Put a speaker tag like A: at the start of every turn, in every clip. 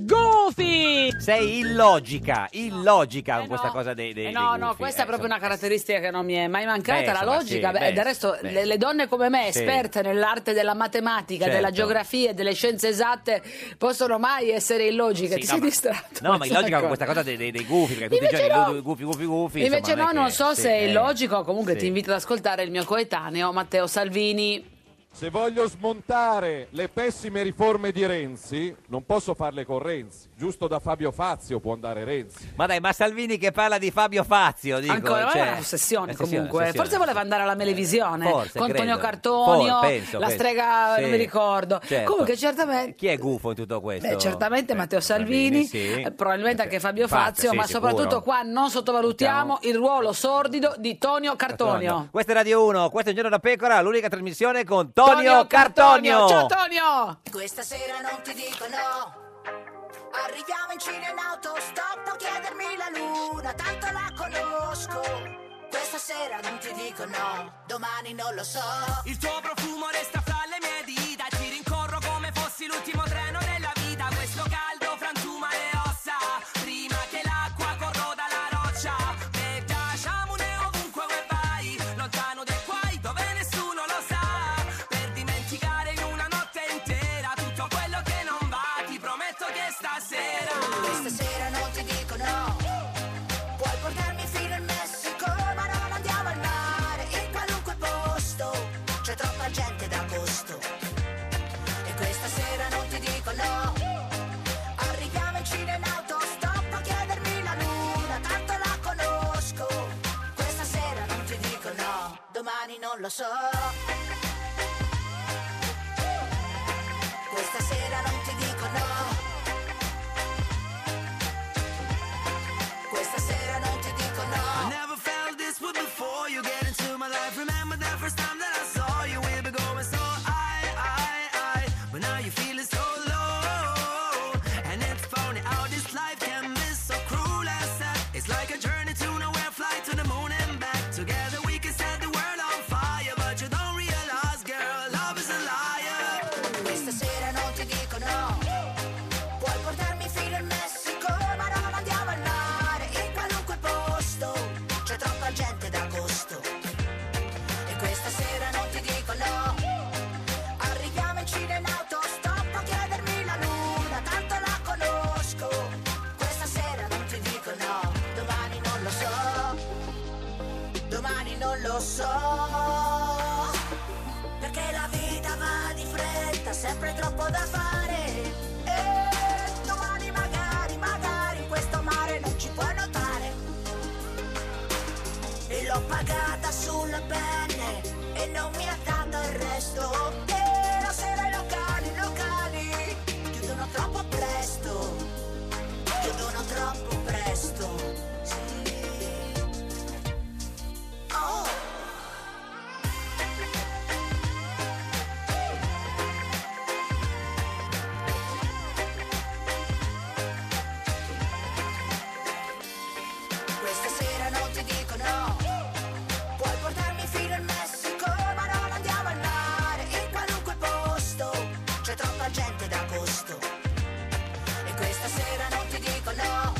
A: Goofy!
B: Sei illogica, illogica con
A: Eh
B: questa
A: no.
B: cosa dei, dei,
A: Eh
B: dei
A: no, no,
B: gufi,
A: questa
B: eh,
A: è
B: insomma.
A: proprio una caratteristica che non mi è mai mancata,
B: Beh,
A: la
B: insomma,
A: logica.
B: sì,
A: Beh,
B: beh,
A: del resto
B: beh.
A: le, le donne come me,
B: Sì.
A: esperte nell'arte della matematica,
B: Certo.
A: della geografia e delle scienze esatte, possono mai essere illogiche.
B: Sì, no,
A: Ti sei Ecco.
B: ma-
A: distratto?
B: No, ma illogica con questa cosa dei, dei, dei gufi, perché tutti i
A: Invece
B: giorni gufi,
A: no.
B: gufi, gufi, gufi.
A: Invece
B: insomma,
A: no, non
B: è che-
A: so
B: sì,
A: se è
B: eh.
A: illogico, comunque
B: Sì.
A: ti invito ad ascoltare il mio coetaneo Matteo Salvini.
C: Se voglio smontare le pessime riforme di Renzi, non posso farle con Renzi. Giusto da Fabio Fazio può andare Renzi.
B: Ma dai, ma Salvini che parla di Fabio Fazio, dico.
A: Ancora ma
B: cioè-
A: è un'ossessione
B: Eh, ossessione,
A: comunque.
B: ossessione. Eh,
A: Forse voleva andare alla melevisione
B: Forse,
A: con Antonio
B: credo.
A: Cartonio,
B: For- penso,
A: la
B: penso.
A: strega,
B: Sì.
A: non mi ricordo.
B: Certo.
A: Comunque certamente
B: Chi è gufo in tutto questo? eh,
A: Beh, certo, certamente Matteo Salvini,
B: Salvini, sì.
A: eh, probabilmente anche Fabio
B: Fazio,
A: Fazio,
B: sì,
A: ma
B: sicuro.
A: soprattutto qua non sottovalutiamo il ruolo sordido di Tonio Cartonio.
B: Questa è Radio 1, questo è Un Giorno da Pecora, l'unica trasmissione con Tonio,
A: Cartonio!
B: Cartonio.
A: Ciao Tonio!
D: Questa sera non ti dico no. Arriviamo in Cina in autostop, può chiedermi la luna, tanto la conosco. Questa sera non ti dico no, domani non lo so.
E: Il tuo profumo resta fra le mie dita Ti rincorro come fossi l'ultimo treno della vita Questo caldo frantuma le ossa Prima che l'acqua corroda la roccia E giacciamone ovunque vuoi vai Lontano dai guai dove nessuno lo sa Per dimenticare in una notte intera Tutto quello che non va Ti prometto che stasera
D: Questa sera non ti dico no. Puoi portarmi fino in Messico, ma non andiamo al mare, in qualunque posto. C'è troppa gente d'agosto. E questa sera non ti dico no. Arriviamo in Cina in autostop a chiedermi la luna, tanto la conosco. Questa sera non ti dico no, domani non lo so. Questa sera non ti dico no. Questa sera non ti dico
E: I
D: no.
E: never felt this way before. You get into my life. Remember that first time that I saw you. We've been going so I, I, I. But now you're feeling so low. And it's funny how this life can be so cruel and sad. It's like a journey to nowhere, flight to the moon and back. Together we can set the world on fire. But you don't realize, girl, love is a liar.
D: Questa sera non ti dico no. Puoi portarmi fino in Messico, ma non andiamo al mare, in qualunque posto. C'è troppa gente d'agosto. E questa sera non ti dico no. Arriviamo in Cina in autostop a chiedermi la luna, tanto la conosco. Questa sera non ti dico no, domani non lo so. Domani non lo so. Perché la vita va di fretta, sempre troppo da fare. E domani magari, magari questo mare non ci può notare. E l'ho pagata sulle penne e non mi ha dato il resto. E la sera i locali, i locali chiudono troppo presto. Chiudono troppo presto. Sì. Oh. Questa sera non ti dico no. Puoi portarmi fino in Messico, ma non andiamo al mare, in qualunque posto. C'è troppa gente d'agosto. E questa sera non ti dico no.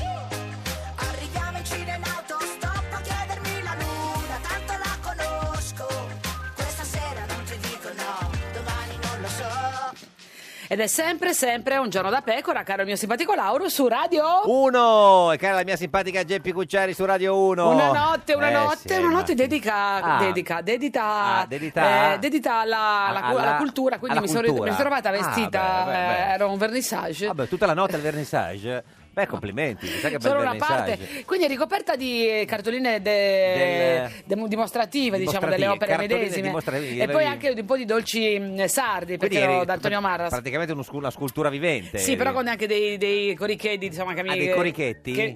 D: Arriviamo in Cina in autostop a chiedermi la luna, tanto la conosco. Questa sera non ti dico no, domani non lo so.
A: Ed è sempre, sempre un giorno da pecora, caro il mio simpatico Lauro, su Radio...
B: Uno, e cara la mia simpatica Geppi Cucciari su Radio 1.
A: Una notte, una
B: Eh,
A: notte,
B: sì,
A: una
B: ma-
A: notte dedica,
B: Ah.
A: dedica, dedita,
B: Ah, dedita-
A: eh, dedita alla, alla-
B: alla-
A: alla cultura, quindi
B: alla
A: mi, sono,
B: cultura.
A: mi sono trovata
B: Ah,
A: vestita,
B: beh, Ah, beh, beh.
A: eh, era un vernissage.
B: Vabbè, tutta la notte al vernissage. Beh, complimenti, sai che bel
A: Solo
B: bel
A: una
B: messaggio.
A: parte, eh, quindi è ricoperta di eh, cartoline de- de- dimostrative, diciamo, delle
B: Dimostrative,
A: opere
B: cartoline
A: medesime.
B: dimostrative,
A: E poi
B: vedi.
A: anche un po' di dolci mh, sardi,
B: Quindi
A: perché ero
B: eri
A: da Antonio
B: pra-
A: Marras.
B: Praticamente uno scu- una scultura vivente. eh,
A: Sì, però con anche dei, dei corichetti, insomma, che mi
B: Ah, dei corichetti?
A: che-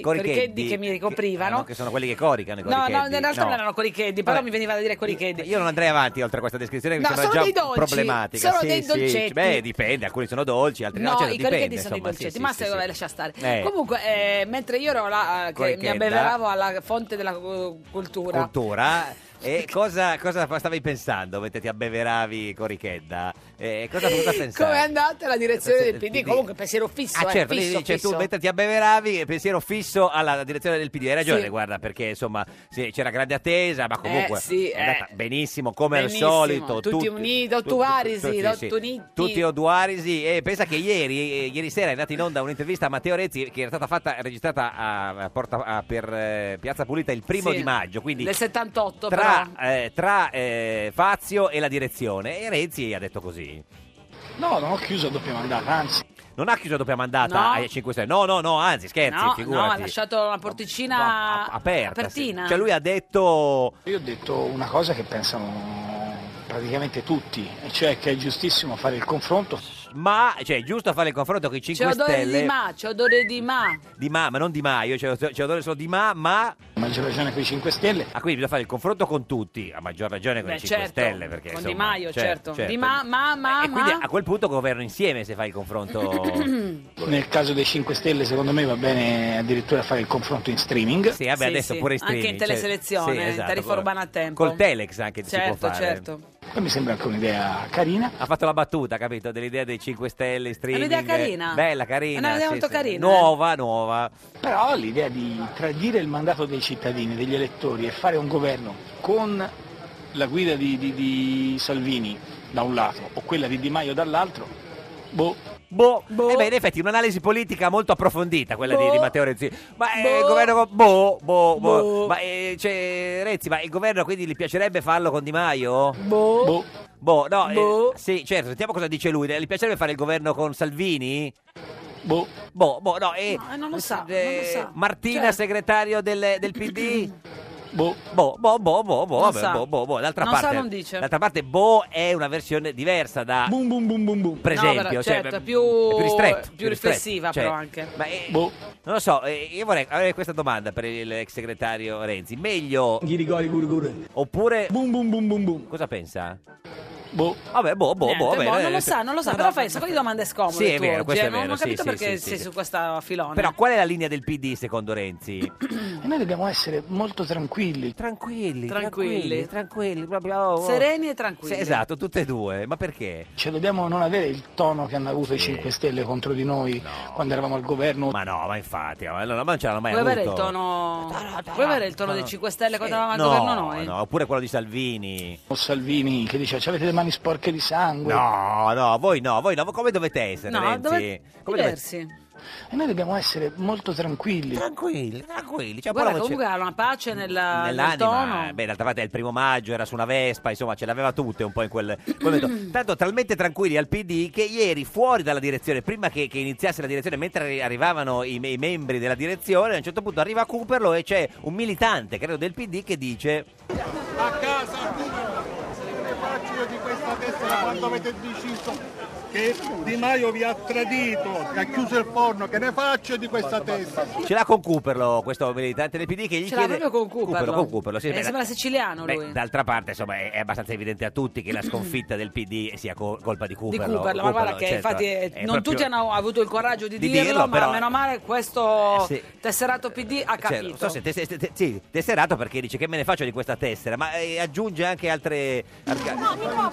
B: Coricheddi.
A: corichetti che mi
B: Ah, no,
A: ricoprivano.
B: che sono quelli che coricano. i
A: No, no,
B: coricheddi.
A: in realtà
B: No.
A: non erano corichetti, però
B: Vabbè.
A: mi veniva da dire corichetti.
B: Io non andrei avanti oltre questa descrizione che
A: No,
B: mi sembra
A: sono
B: già
A: dei dolci,
B: problematica.
A: sono
B: Sì,
A: dei
B: sì,
A: dolcetti.
B: Beh, dipende, alcuni sono dolci, altri no.
A: No,
B: cioè,
A: i
B: dipende,
A: corichetti sono i
B: insomma, sì,
A: dolcetti,
B: sì,
A: ma
B: sì,
A: se
B: sì.
A: lascia stare.
B: Eh.
A: Comunque, eh, mentre io ero là, eh, che mi
B: Corichetta.
A: abbeveravo alla fonte della eh, cultura,
B: Cultura. E cosa, cosa stavi pensando mentre ti abbeveravi Corichedda? Eh, cosa cosa pensavi?
A: come è andata la direzione del PD?
B: PD.
A: Comunque, pensiero fisso,
B: Ah,
A: eh,
B: certo,
A: fisso,
B: dice,
A: fisso.
B: tu mentre ti abbeveravi, eh, pensiero fisso alla direzione del PD. Hai ragione,
A: Sì.
B: guarda, perché insomma sì, c'era grande attesa, ma comunque
A: Eh, sì,
B: è andata
A: eh.
B: benissimo come
A: Benissimo,
B: al solito.
A: tutti uniti, ottuarisi,
B: tutti- sì, sì.
A: ottuniti.
B: Tutti oduarisi. E pensa che ieri, eh, ieri sera è andata in onda un'intervista a Matteo Renzi che era stata fatta, registrata a, a Porta- a- per eh, Piazza Pulita il primo
A: Sì.
B: di maggio. Quindi
A: Del 78, però.
B: tra, eh, tra, eh, Fazio e la direzione. E Renzi ha detto così.
F: No, non ho chiuso la doppia mandata, anzi.
B: Non ha chiuso la doppia mandata
A: No.
B: ai 5 Stelle. No, no, no, anzi, scherzi,
A: No,
B: figurati.
A: no, ha lasciato una porticina
B: A- aperta,
A: apertina.
B: sì. Cioè lui ha detto
F: Io ho detto una cosa che pensano praticamente tutti, e cioè che è giustissimo fare il confronto.
B: ma cioè è giusto fare il confronto con i 5
A: C'è odore
B: Stelle Eh,
A: di ma, c'è odore di ma.
B: Di ma, ma non di Maio, c'è, c'è odore solo di ma, ma
F: A maggior ragione con i 5 Stelle.
B: ah, quindi bisogna fare il confronto con tutti, a maggior ragione con
A: Beh,
B: i 5
A: certo,
B: Stelle perché
A: con Di
B: insomma,
A: Maio, certo. Di ma, ma, ma,
B: E quindi
A: ma.
B: a quel punto governo insieme se fai il confronto.
F: Nel caso dei 5 Stelle, secondo me va bene addirittura fare il confronto in streaming.
B: sì, vabbè,
A: Sì,
B: adesso
A: sì,
B: pure in
A: anche in
B: streaming. cioè,
A: teleselezione,
B: sì,
A: in
B: esatto,
A: tariffa
B: col-
A: urbana a tempo.
B: Col Telex anche si può
A: Certo,
B: fare.
A: certo.
F: Poi mi sembra anche un'idea carina.
B: Ha fatto la battuta, capito? Dell'idea dei 5 Stelle, streaming.
A: un'idea carina.
B: Bella,
A: È
B: carina.
A: un'idea
B: sì,
A: molto
B: sì.
A: carina,
B: Nuova, nuova.
F: Però l'idea di tradire il mandato dei cittadini, degli elettori e fare un governo con la guida di, di- di Salvini da un lato o quella di Di Maio dall'altro, boh,
B: Boh,
A: Boh.
B: Eh beh, in effetti un'analisi politica molto approfondita quella di-
A: Boh.
B: di, Matteo Renzi. Ma eh, il
A: Boh.
B: governo con- boh, boh, boh.
A: Boh.
B: Ma eh, cioè, Renzi, ma il governo quindi gli piacerebbe farlo con Di Maio?
A: Boh.
F: boh.
B: Boh, no, eh,
A: Boh.
B: sì, certo, sentiamo cosa dice lui. Gli piacerebbe fare il governo con Salvini?
F: Boh,
B: Boh, boh, no, eh,
A: No, eh, non lo sa,
B: eh,
A: non lo sa.
B: Martina,
A: Cioè-
B: segretario del, del PD?
F: boh,
B: Boh, boh, boh, boh, boh,
A: Non
B: vabbè,
A: sa.
B: boh, boh, boh. D'altra
A: Non sa,
B: parte,
A: non dice.
B: d'altra parte, boh è una versione diversa da,
F: boom boom boom boom boom,
B: per
A: No,
B: esempio,
A: però,
B: cioè,
A: certo,
B: è
A: più-
B: è più ristretto,
A: più riflessiva, però, anche.
B: Ma eh,
F: boh.
B: non lo so, eh, io vorrei avere questa domanda per il ex segretario Renzi. Meglio
F: Ghirigori gurgure.
B: oppure
F: Boom boom boom boom boom,
B: cosa pensa?
F: boh.
B: Vabbè, boh, boh,
A: Niente,
B: boh, vabbè,
A: boh,
B: eh,
A: non lo sa, non lo sa,
B: no,
A: però
B: no,
A: fai un sacco di domande scomode
B: Sì, è
A: tu
B: vero,
A: oggi,
B: questo
A: eh,
B: è
A: non
B: vero,
A: ho
B: sì,
A: capito
B: sì,
A: perché
B: sì,
A: sei
B: sì.
A: su questa filona.
B: Però qual è la linea del PD secondo Renzi?
F: E noi dobbiamo essere molto tranquilli.
B: Tranquilli,
A: Tranquilli.
B: tranquilli, tranquilli, proprio oh, oh.
A: Sereni e tranquilli.
B: Sì, esatto, tutte e due. Ma perché?
F: Cioè dobbiamo non avere il tono che hanno avuto i 5 Stelle contro di noi quando eravamo al governo.
B: Ma no, ma infatti, ma allora, ma non ce l'hanno mai
A: Vuoi avere il
B: avuto.
A: tono,
B: tarà.
A: vuoi avere il tono
B: No.
A: dei 5 Stelle quando eravamo al
B: no,
A: governo eh. noi?
B: No, oppure quello di Salvini.
F: O Oh, Salvini che diceva avete le mani sporche di sangue.
B: No, no, voi no, voi no, come dovete essere,
A: No,
B: Renzi?
A: dove...
B: Come dovete...
A: diversi.
F: E noi dobbiamo essere molto tranquilli.
B: Tranquilli, tranquilli. Cioè,
A: Guarda,
B: poi la voce-
A: comunque ha una pace nella, Ah, nel
B: Nell'anima, eh,
A: tono.
B: beh, d'altra parte è il primo maggio, era su una Vespa, insomma, ce l'aveva tutte un po' in quel quel
A: Mm.
B: momento. Tanto talmente tranquilli al PD che ieri fuori dalla direzione, prima che, che iniziasse la direzione, mentre arri- arrivavano i, i membri della direzione, a un certo punto arriva Cooperlo e c'è un militante, credo, del PD che dice...
G: a casa ne faccio di questa tessera quando avete deciso che Di Maio vi ha tradito, che ha chiuso il forno, che ne faccio di questa tessera?
B: Ce l'ha con Cooperlo questo militante del PD che gli
A: Ce l'ha
B: chiede...
A: proprio con Cooperlo.
B: con Cooperlo, sì,
A: Eh,
B: beh,
A: sembra siciliano
B: beh,
A: lui.
B: D'altra parte, insomma, è, è abbastanza evidente a tutti che la sconfitta del PD sia co- colpa di
A: Di
B: Cooperlo.
A: Cooperlo, ma guarda che
B: certo,
A: infatti eh,
B: è
A: non
B: proprio-
A: tutti hanno avuto il coraggio di,
B: di
A: dirlo,
B: dirlo,
A: ma
B: però-
A: meno male questo
B: Eh, sì.
A: tesserato PD ha
B: Cioè,
A: capito.
B: non so se te- te- te- sì, tesserato perché dice che me ne faccio di questa tessera, ma eh, aggiunge anche altre. altre-
G: Ma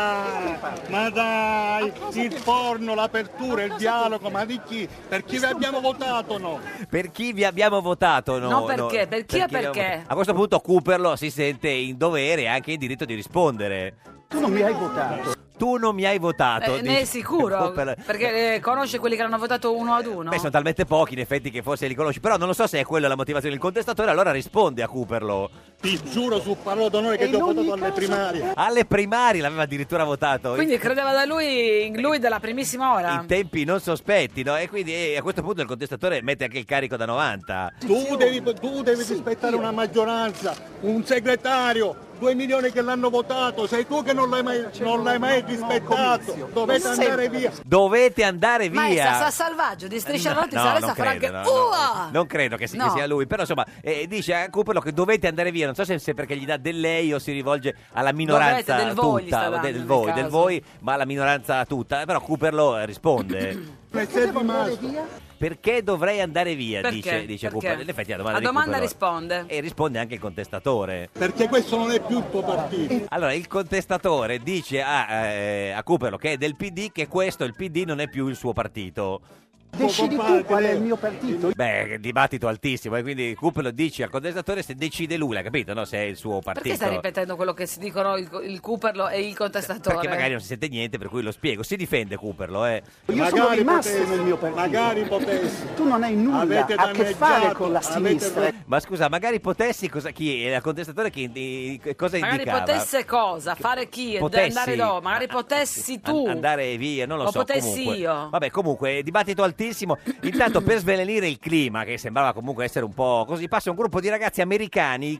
G: dai, ma dai, il forno, l'apertura, il dialogo, ma di chi? Per chi vi abbiamo votato no?
B: Per chi vi abbiamo votato? No,
A: No, perché? Per chi e
B: vi abbiamo
A: perché?
B: votato. A questo punto Cooperlo si sente in dovere e anche in diritto di rispondere.
G: Tu non mi hai votato.
B: tu non mi hai votato.
A: Eh, ne è
B: dice-
A: sicuro,
B: per-
A: perché eh, conosce quelli che l'hanno votato uno ad uno.
B: Beh, sono talmente pochi in effetti che forse li conosci, però non lo so se è quella la motivazione del contestatore, allora risponde a Cooperlo.
G: Ti giuro su parola d'onore che ti ho votato alle primarie.
B: Alle primarie l'aveva addirittura votato.
A: Quindi credeva da lui, in lui dalla primissima ora.
B: in tempi non sospetti, no? E quindi eh, a questo punto il contestatore mette anche il carico da 90.
G: Tu devi, tu devi rispettare una maggioranza, un segretario, due milioni che l'hanno votato, sei tu che non l'hai mai, non l'hai mai rispettato, dovete andare via.
B: Dovete andare
A: Ma è
B: via.
A: Sassà Salvaggio di Striscia la Notizia, adesso
B: non
A: farà anche
B: credo, no, no,
A: Uah!
B: non credo che, si- che
A: No.
B: sia lui, però insomma eh, dice a Cooperlo che dovete andare via, non so se, se perché gli dà del lei o si rivolge alla minoranza
A: del voi gli
B: tutta,
A: sta
B: o de-
A: dando,
B: del
A: nel
B: voi,
A: caso.
B: del voi, ma alla minoranza tutta, però Cooperlo eh, risponde.
G: Perché devo andare via?
B: Perché dovrei andare via?
A: Perché?
B: Dice, dice
A: Perché?
B: Cooper. In effetti la domanda,
A: La
B: di
A: domanda
B: Cooper-
A: risponde.
B: E risponde anche il contestatore.
G: Perché questo non è più il tuo partito.
B: Allora, il contestatore dice a, eh, a Cooperlo, che è del PD, che questo, il PD, non è più il suo partito.
G: Decidi tu qual è il mio
B: Beh, dibattito altissimo, e quindi Cooperlo dice al contestatore se decide lui, l'ha capito, no? Se è il suo partito.
A: Perché stai ripetendo quello che si dicono il, il Cooperlo e il contestatore?
B: Perché magari non si sente niente, per cui lo spiego. Si difende Cooperlo, eh.
G: magari potessi, magari potessi.
H: Tu non hai nulla
G: Avete
H: a che fare
G: danneggiato,
H: con la
G: avete
H: sinistra.
B: Ma scusa, magari potessi, cosa, chi è il contestatore, che indi- cosa
A: Magari
B: indicava?
A: potesse cosa? Fare chi?
B: Potessi.
A: Andare dove? Magari potessi
B: an-
A: tu.
B: andare via, non lo
A: O
B: so.
A: potessi
B: comunque.
A: io.
B: Vabbè, comunque, dibattito altissimo. Intanto, per svelenire il clima, che sembrava comunque essere un po' così, passa un gruppo di ragazzi americani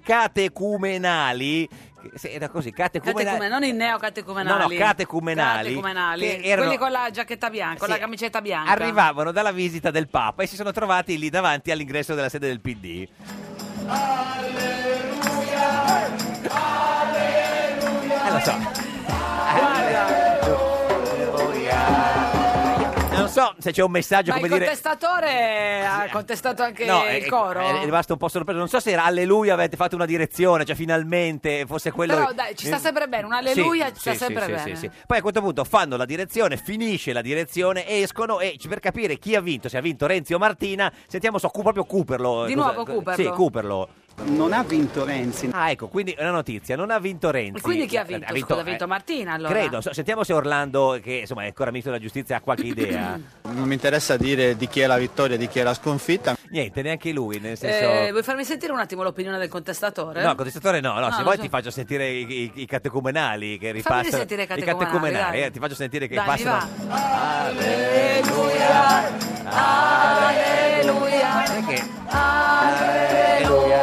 B: catecumenali. che- se- Era così,
A: Catecumenali,
B: catecumenali.
A: non i neocatecumenali.
B: No, no, catecumenali.
A: Catecumenali.
B: Che erano-
A: Quelli con la giacchetta bianca, con
B: Sì.
A: la camicetta bianca.
B: Arrivavano dalla visita del Papa e si sono trovati lì davanti all'ingresso della sede del PD. Alleluia! Alleluia! Non so se c'è un messaggio
A: Ma
B: come
A: il
B: dire. eh,
A: contestatore ha contestato anche
B: è-
A: il coro?
B: È, è rimasto un po' sorpreso. Non so se era alleluia, avete fatto una direzione, cioè finalmente fosse quello. eh,
A: Però dai, ci sta sempre bene, un alleluia ci sta sempre bene.
B: Poi a questo punto fanno la direzione, finisce la direzione, escono e c- per capire chi ha vinto, se ha vinto Renzi o Martina, sentiamo so, cu- proprio Cooperlo.
A: Di
B: Cosa-
A: nuovo
B: co-
A: Cooperlo?
B: Sì, Cooperlo.
H: Non ha vinto Renzi.
B: Ah, ecco, quindi è una notizia, non ha vinto Renzi.
A: E Quindi chi ha vinto? Scusa, ha vinto
B: eh,
A: Martina allora.
B: Credo, So- sentiamo se Orlando, che insomma è ancora ministro della giustizia, ha qualche idea.
I: Non mi interessa dire di chi è la vittoria e di chi è la sconfitta.
B: Niente, neanche lui, nel senso...
A: Eh, vuoi farmi sentire un attimo l'opinione del contestatore?
B: No, contestatore no, no,
A: No,
B: se
A: lo
B: vuoi
A: so.
B: ti faccio sentire i, i- i catecumenali che ripassano.
A: sentire i catecumenali, dai.
B: eh, ti faccio sentire che
A: Dai, mi
B: passano.
A: Alleluia,
B: Perché
A: alleluia,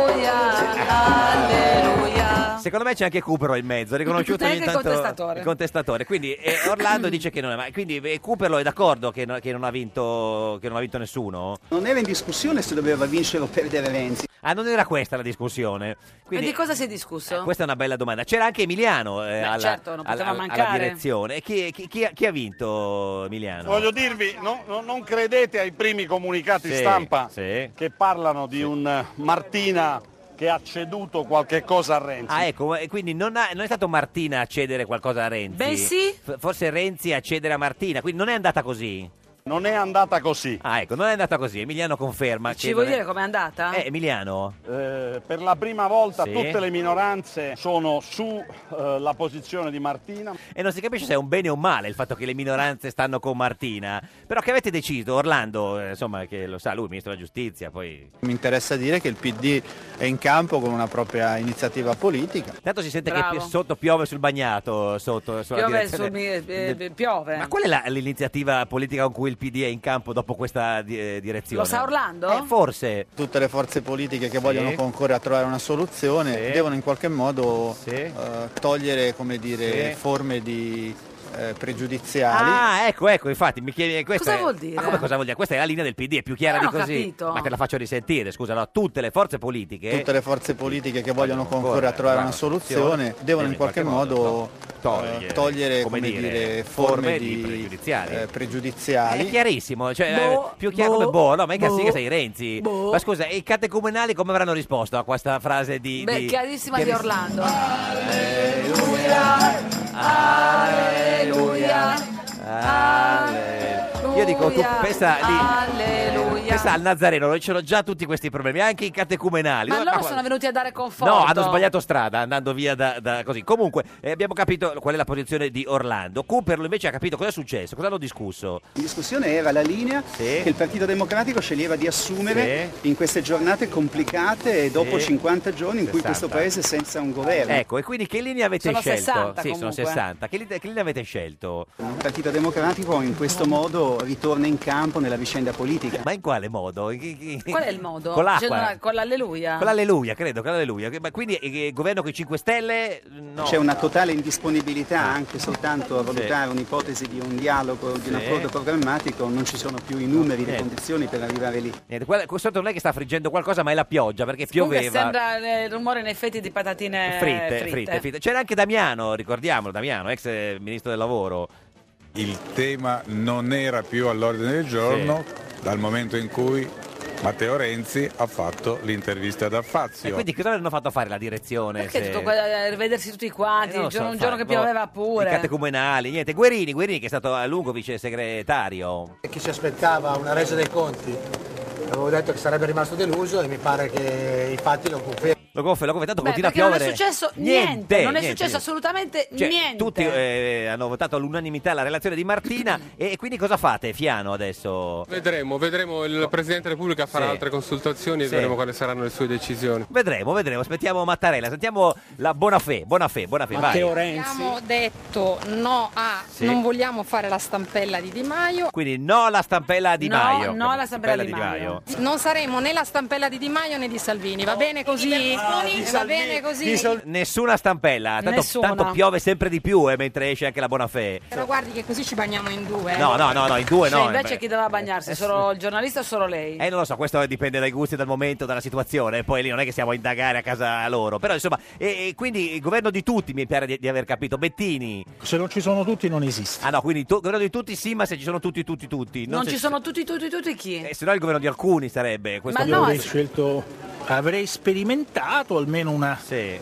A: alleluia.
B: secondo me c'è anche Cupero in mezzo, riconosciuto
A: E
B: ogni
A: anche il
B: tanto
A: contestatore.
B: il contestatore. Quindi eh, Orlando dice che non è, ma quindi eh, Cupero è d'accordo che, no- che non ha vinto che non ha vinto nessuno?
H: Non era in discussione se doveva vincere o perdere Renzi.
B: Ah, non era questa la discussione.
A: Ma
B: Quindi
A: di cosa si è discusso?
B: eh, questa è una bella domanda. C'era anche Emiliano eh, alla,
A: certo, non poteva
B: alla- alla
A: mancare.
B: direzione. Chi, chi- chi ha- chi ha vinto Emiliano?
G: Eh, Voglio dirvi, no- no- non credete ai primi comunicati
B: Sì,
G: stampa
B: sì.
G: che parlano di un eh, Martina che ha ceduto qualche cosa a Renzi.
B: Ah, ecco, e quindi non, ha- non è stato Martina a cedere qualcosa a Renzi.
A: Bensì?
B: F- forse Renzi a cedere a Martina, quindi non è andata così.
G: Non è andata così.
B: Ah, ecco, non è andata così. Emiliano conferma.
A: Ci
B: che
A: vuoi
B: non è-
A: dire com'è andata?
B: Eh, Emiliano.
G: Eh, per la prima volta
B: Sì.
G: tutte le minoranze sono sulla posizione di Martina.
B: E non si capisce se è un bene o un male il fatto che le minoranze stanno con Martina. Però che avete deciso, Orlando, eh, insomma, che lo sa lui, ministro della giustizia, poi...
I: Mi interessa dire che il PD è in campo con una propria iniziativa politica.
B: Tanto si sente
A: Bravo.
B: che pi- sotto piove sul bagnato, sotto sulla
A: piove,
B: direzione
A: sul mi- eh,
B: del-
A: eh, piove.
B: Ma qual è la- l'iniziativa politica con cui il PD è in campo dopo questa di- eh, direzione?
A: Lo sa Orlando?
B: Eh, forse.
I: Tutte le forze politiche che vogliono concorrere a trovare una soluzione
B: Sì.
I: devono in qualche modo
B: Sì.
I: eh, togliere come dire,
B: Sì.
I: forme di eh, pregiudiziali.
B: Ah, ecco, ecco, infatti mi chiedi questa
A: Cosa
B: è-
A: vuol dire?
B: Ma come cosa vuol dire? Questa è la linea del PD, è più chiara di
A: Io non ho
B: così.
A: capito.
B: Ma te la faccio risentire, scusa, no, tutte le forze politiche
I: Tutte le forze politiche che vogliono concorrere a trovare una soluzione devono in qualche modo
B: togliere,
I: eh, togliere come dire, forme di
B: pregiudiziali.
I: eh,
B: È
I: pregiudiziali.
B: chiarissimo, cioè,
A: Boh,
B: eh, più chiaro
A: boh,
B: del boh, no, ma è che
A: boh,
B: sì che sei Renzi.
A: boh.
B: Ma scusa, e i catecumenali come avranno risposto a questa frase di...
A: Beh,
B: di-
A: chiarissima di
B: chiariss-
A: Orlando. Alleluia, alleluia.
B: Ale- Io dico, tu pensa lì...
A: Alleluia. noia.
B: Pensa al Nazareno, c'erano già tutti questi problemi, anche i catecumenali.
A: Ma
B: Dove-
A: loro
B: qua-
A: sono venuti a dare conforto.
B: No, hanno sbagliato strada andando via da, da così. Comunque, eh, abbiamo capito qual è la posizione di Orlando. Cooperlo invece ha capito cosa è successo, cosa hanno discusso.
H: La discussione era la linea che il Partito Democratico sceglieva di assumere in queste giornate complicate e dopo
B: Sì.
H: 50 giorni in cui
B: 60.
H: questo paese è senza un governo.
B: Ecco, e quindi che linea avete
H: Sono
B: scelto?
H: 60
B: sì, sono
H: comunque.
B: 60. Che, li- che linea avete scelto?
H: Il Partito Democratico in questo modo ritorna in campo nella vicenda politica.
B: Ma in quale modo? In- in-
A: Qual è il modo?
B: Con l'acqua.
A: Cioè, con l'alleluia.
B: Con l'alleluia, credo, con l'alleluia. Ma quindi eh, governo con i 5 Stelle? No. Ah.
H: C'è una totale indisponibilità anche soltanto a valutare un'ipotesi di un dialogo, di un
B: Sì.
H: accordo programmatico, non ci sono più i numeri, le
B: Niente.
H: condizioni per arrivare lì.
B: Niente, quella- questo non è che sta friggendo qualcosa, ma è la pioggia, perché
A: Comunque
B: pioveva.
A: sembra eh, il rumore in effetti di patatine
B: fritte, fritte, fritte. Cioè, C'era anche Damiano, ricordiamolo, Damiano, ex eh, ministro del lavoro.
J: Il tema non era più all'ordine del giorno dal momento in cui Matteo Renzi ha fatto l'intervista da Fazio.
B: E quindi cosa avranno fatto a fare la direzione?
A: Perché
B: se-
A: tutto qua- rivedersi tutti quanti,
B: Eh, non
A: un
B: lo
A: giorno,
B: so,
A: un giorno che
B: infatti,
A: pioveva
B: boh, I
A: pure.
B: catecumenali, niente. Guerini, Guerini che è stato a lungo vice segretario.
K: Chi si aspettava una resa dei conti avevo detto che sarebbe rimasto deluso e mi pare che i fatti lo confermano.
B: Lo gonfio, lo gonfio, tanto
A: Beh,
B: continua a
A: perché non
B: piovere.
A: è successo niente, non
B: niente,
A: è successo
B: niente.
A: assolutamente
B: Cioè,
A: niente.
B: tutti eh, hanno votato all'unanimità la relazione di Martina e, e quindi cosa fate Fiano adesso?
L: Vedremo, vedremo, il Presidente della Repubblica farà
B: Sì.
L: altre consultazioni e
B: Sì.
L: vedremo quali saranno le sue decisioni.
B: Vedremo, vedremo, aspettiamo Mattarella, sentiamo la buona fe, buona fe, buona fe, vai.
M: Abbiamo detto no a
B: Sì.
M: non vogliamo fare la stampella di Di Maio.
B: Quindi no alla stampella di
M: No,
B: Maio.
M: no alla stampella di Non saremo né la stampella di Di Maio né di Salvini, Ah, va bene così? va bene così?
B: Nessuna stampella, tanto,
M: Nessuna.
B: tanto piove sempre di più eh, mentre esce anche la buona fe.
M: Però guardi che così ci bagniamo in due. eh.
B: No, no, no, no, in due
A: Cioè,
B: no.
A: invece
B: eh,
A: chi doveva bagnarsi? Solo il giornalista o solo lei?
B: Eh, non lo so, questo dipende dai gusti, dal momento, dalla situazione. Poi lì non è che siamo a indagare a casa loro. Però, insomma, e, e quindi il governo di tutti mi pare di, di aver capito. Bettini.
N: Se non ci sono tutti non esiste.
B: Ah no, quindi tu- governo di tutti sì, ma se ci sono tutti, tutti, tutti.
A: non
B: se
A: ci sono tutti, tutti, tutti chi?
B: eh, se no il governo di alcuni sarebbe. Questo
A: Ma no,
N: avrei scelto, avrei sperimentato almeno una,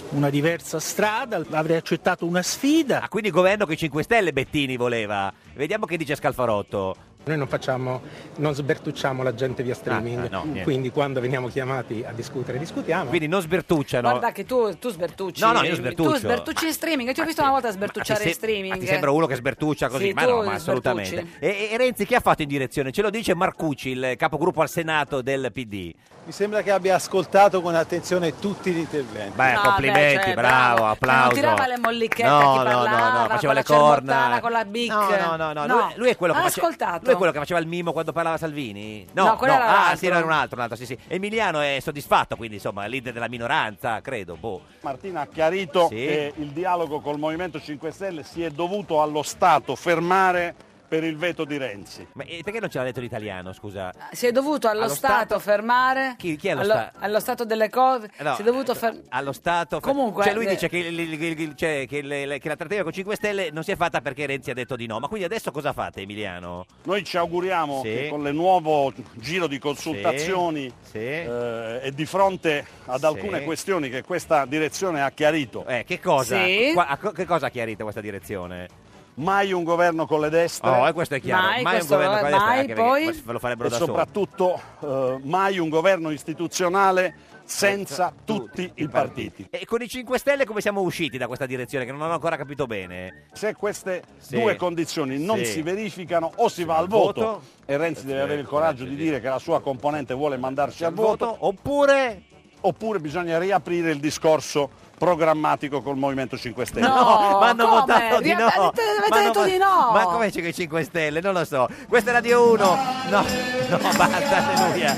N: una diversa strada, avrei accettato una sfida.
B: Ah, quindi il governo che i 5 Stelle Bettini voleva. Vediamo che dice Scalfarotto.
O: Noi non facciamo, non sbertucciamo la gente via streaming,
B: Ah, ah, no, niente.
O: quindi quando veniamo chiamati a discutere discutiamo.
B: Quindi non sbertucciano.
A: Guarda che tu, tu sbertucci.
B: No, no, io sbertuccio.
A: Tu sbertucci in streaming. Io ti ho visto una volta sbertucciare
B: Ma Ah, ti
A: in
B: se- ma
A: streaming.
B: ti sembra uno che sbertuccia così?
A: Sì,
B: ma
A: tu
B: no, ma
A: sbertucci.
B: assolutamente. E, e Renzi chi ha fatto in direzione? Ce lo dice Marcucci, il capogruppo al Senato del PD.
P: Mi sembra che abbia ascoltato con attenzione tutti gli interventi.
B: Beh,
A: No,
B: Eh, complimenti,
A: beh, cioè,
B: bravo,
A: bravo.
B: applauso.
A: Non tirava le mollichette
B: no,
A: a chi
B: no,
A: parlava,
B: no, no, faceva
A: con
B: le
A: la cerbottana,
B: corna.
A: con la bic.
B: No, no, no, no, Lui, lui è quello che
A: ha
B: faceva,
A: ascoltato.
B: lui è quello che faceva il mimo quando parlava Salvini? No,
A: Ah, No, quello era
B: ah,
A: l'altro.
B: sì, era un altro, un altro, sì, sì. Emiliano è soddisfatto, quindi insomma, leader della minoranza, credo, boh.
C: Martina ha chiarito
B: Sì.
C: che il dialogo col Movimento 5 Stelle si è dovuto allo Stato fermare per il veto di Renzi.
B: Ma eh, perché non ce l'ha detto l'italiano, scusa?
A: Si è dovuto allo,
B: Allo
A: stato, fermare.
B: Chi- chi è allo
A: allo,
B: Stato?
A: allo stato delle cose.
B: Eh, no,
A: si è dovuto fermare.
B: Allo Stato.
A: Comunque,
B: Cioè, lui
A: eh,
B: dice che, il- il- il- il- cioè, che le- che la trattativa con 5 Stelle non si è fatta perché Renzi ha detto di no. Ma quindi adesso cosa fate, Emiliano?
C: Noi ci auguriamo
B: Sì.
C: che con il nuovo giro di consultazioni eh, e di fronte ad
B: Sì. Eh,
C: alcune questioni che questa direzione ha chiarito.
B: che cosa? Qua- a co- che cosa ha chiarito questa direzione?
C: Mai un governo con le destre.
B: Oh, eh, questo è chiaro. Mai, Mai un questo governo lo è, con le destre, mai, anche perché poi- ve lo farebbero
C: e
B: da soli.
C: soprattutto eh, mai un governo istituzionale senza tutti i partiti.
B: E con i 5 Stelle come siamo usciti da questa direzione che non ho ancora capito bene?
C: Se queste
B: Sì.
C: due condizioni non
B: Sì.
C: si verificano o si va al voto, e Renzi deve avere il coraggio di dire che la sua componente vuole mandarci al voto,
B: oppure...
C: oppure bisogna riaprire il discorso programmatico col Movimento 5 Stelle.
A: No,
B: ma hanno
A: come?
B: votato di
A: Vi
B: no.
A: avete- avete
B: Ma
A: detto di no.
B: Ma come c'è che i 5 Stelle? Non lo so. Questa è Radio 1. No, no, basta, alleluia.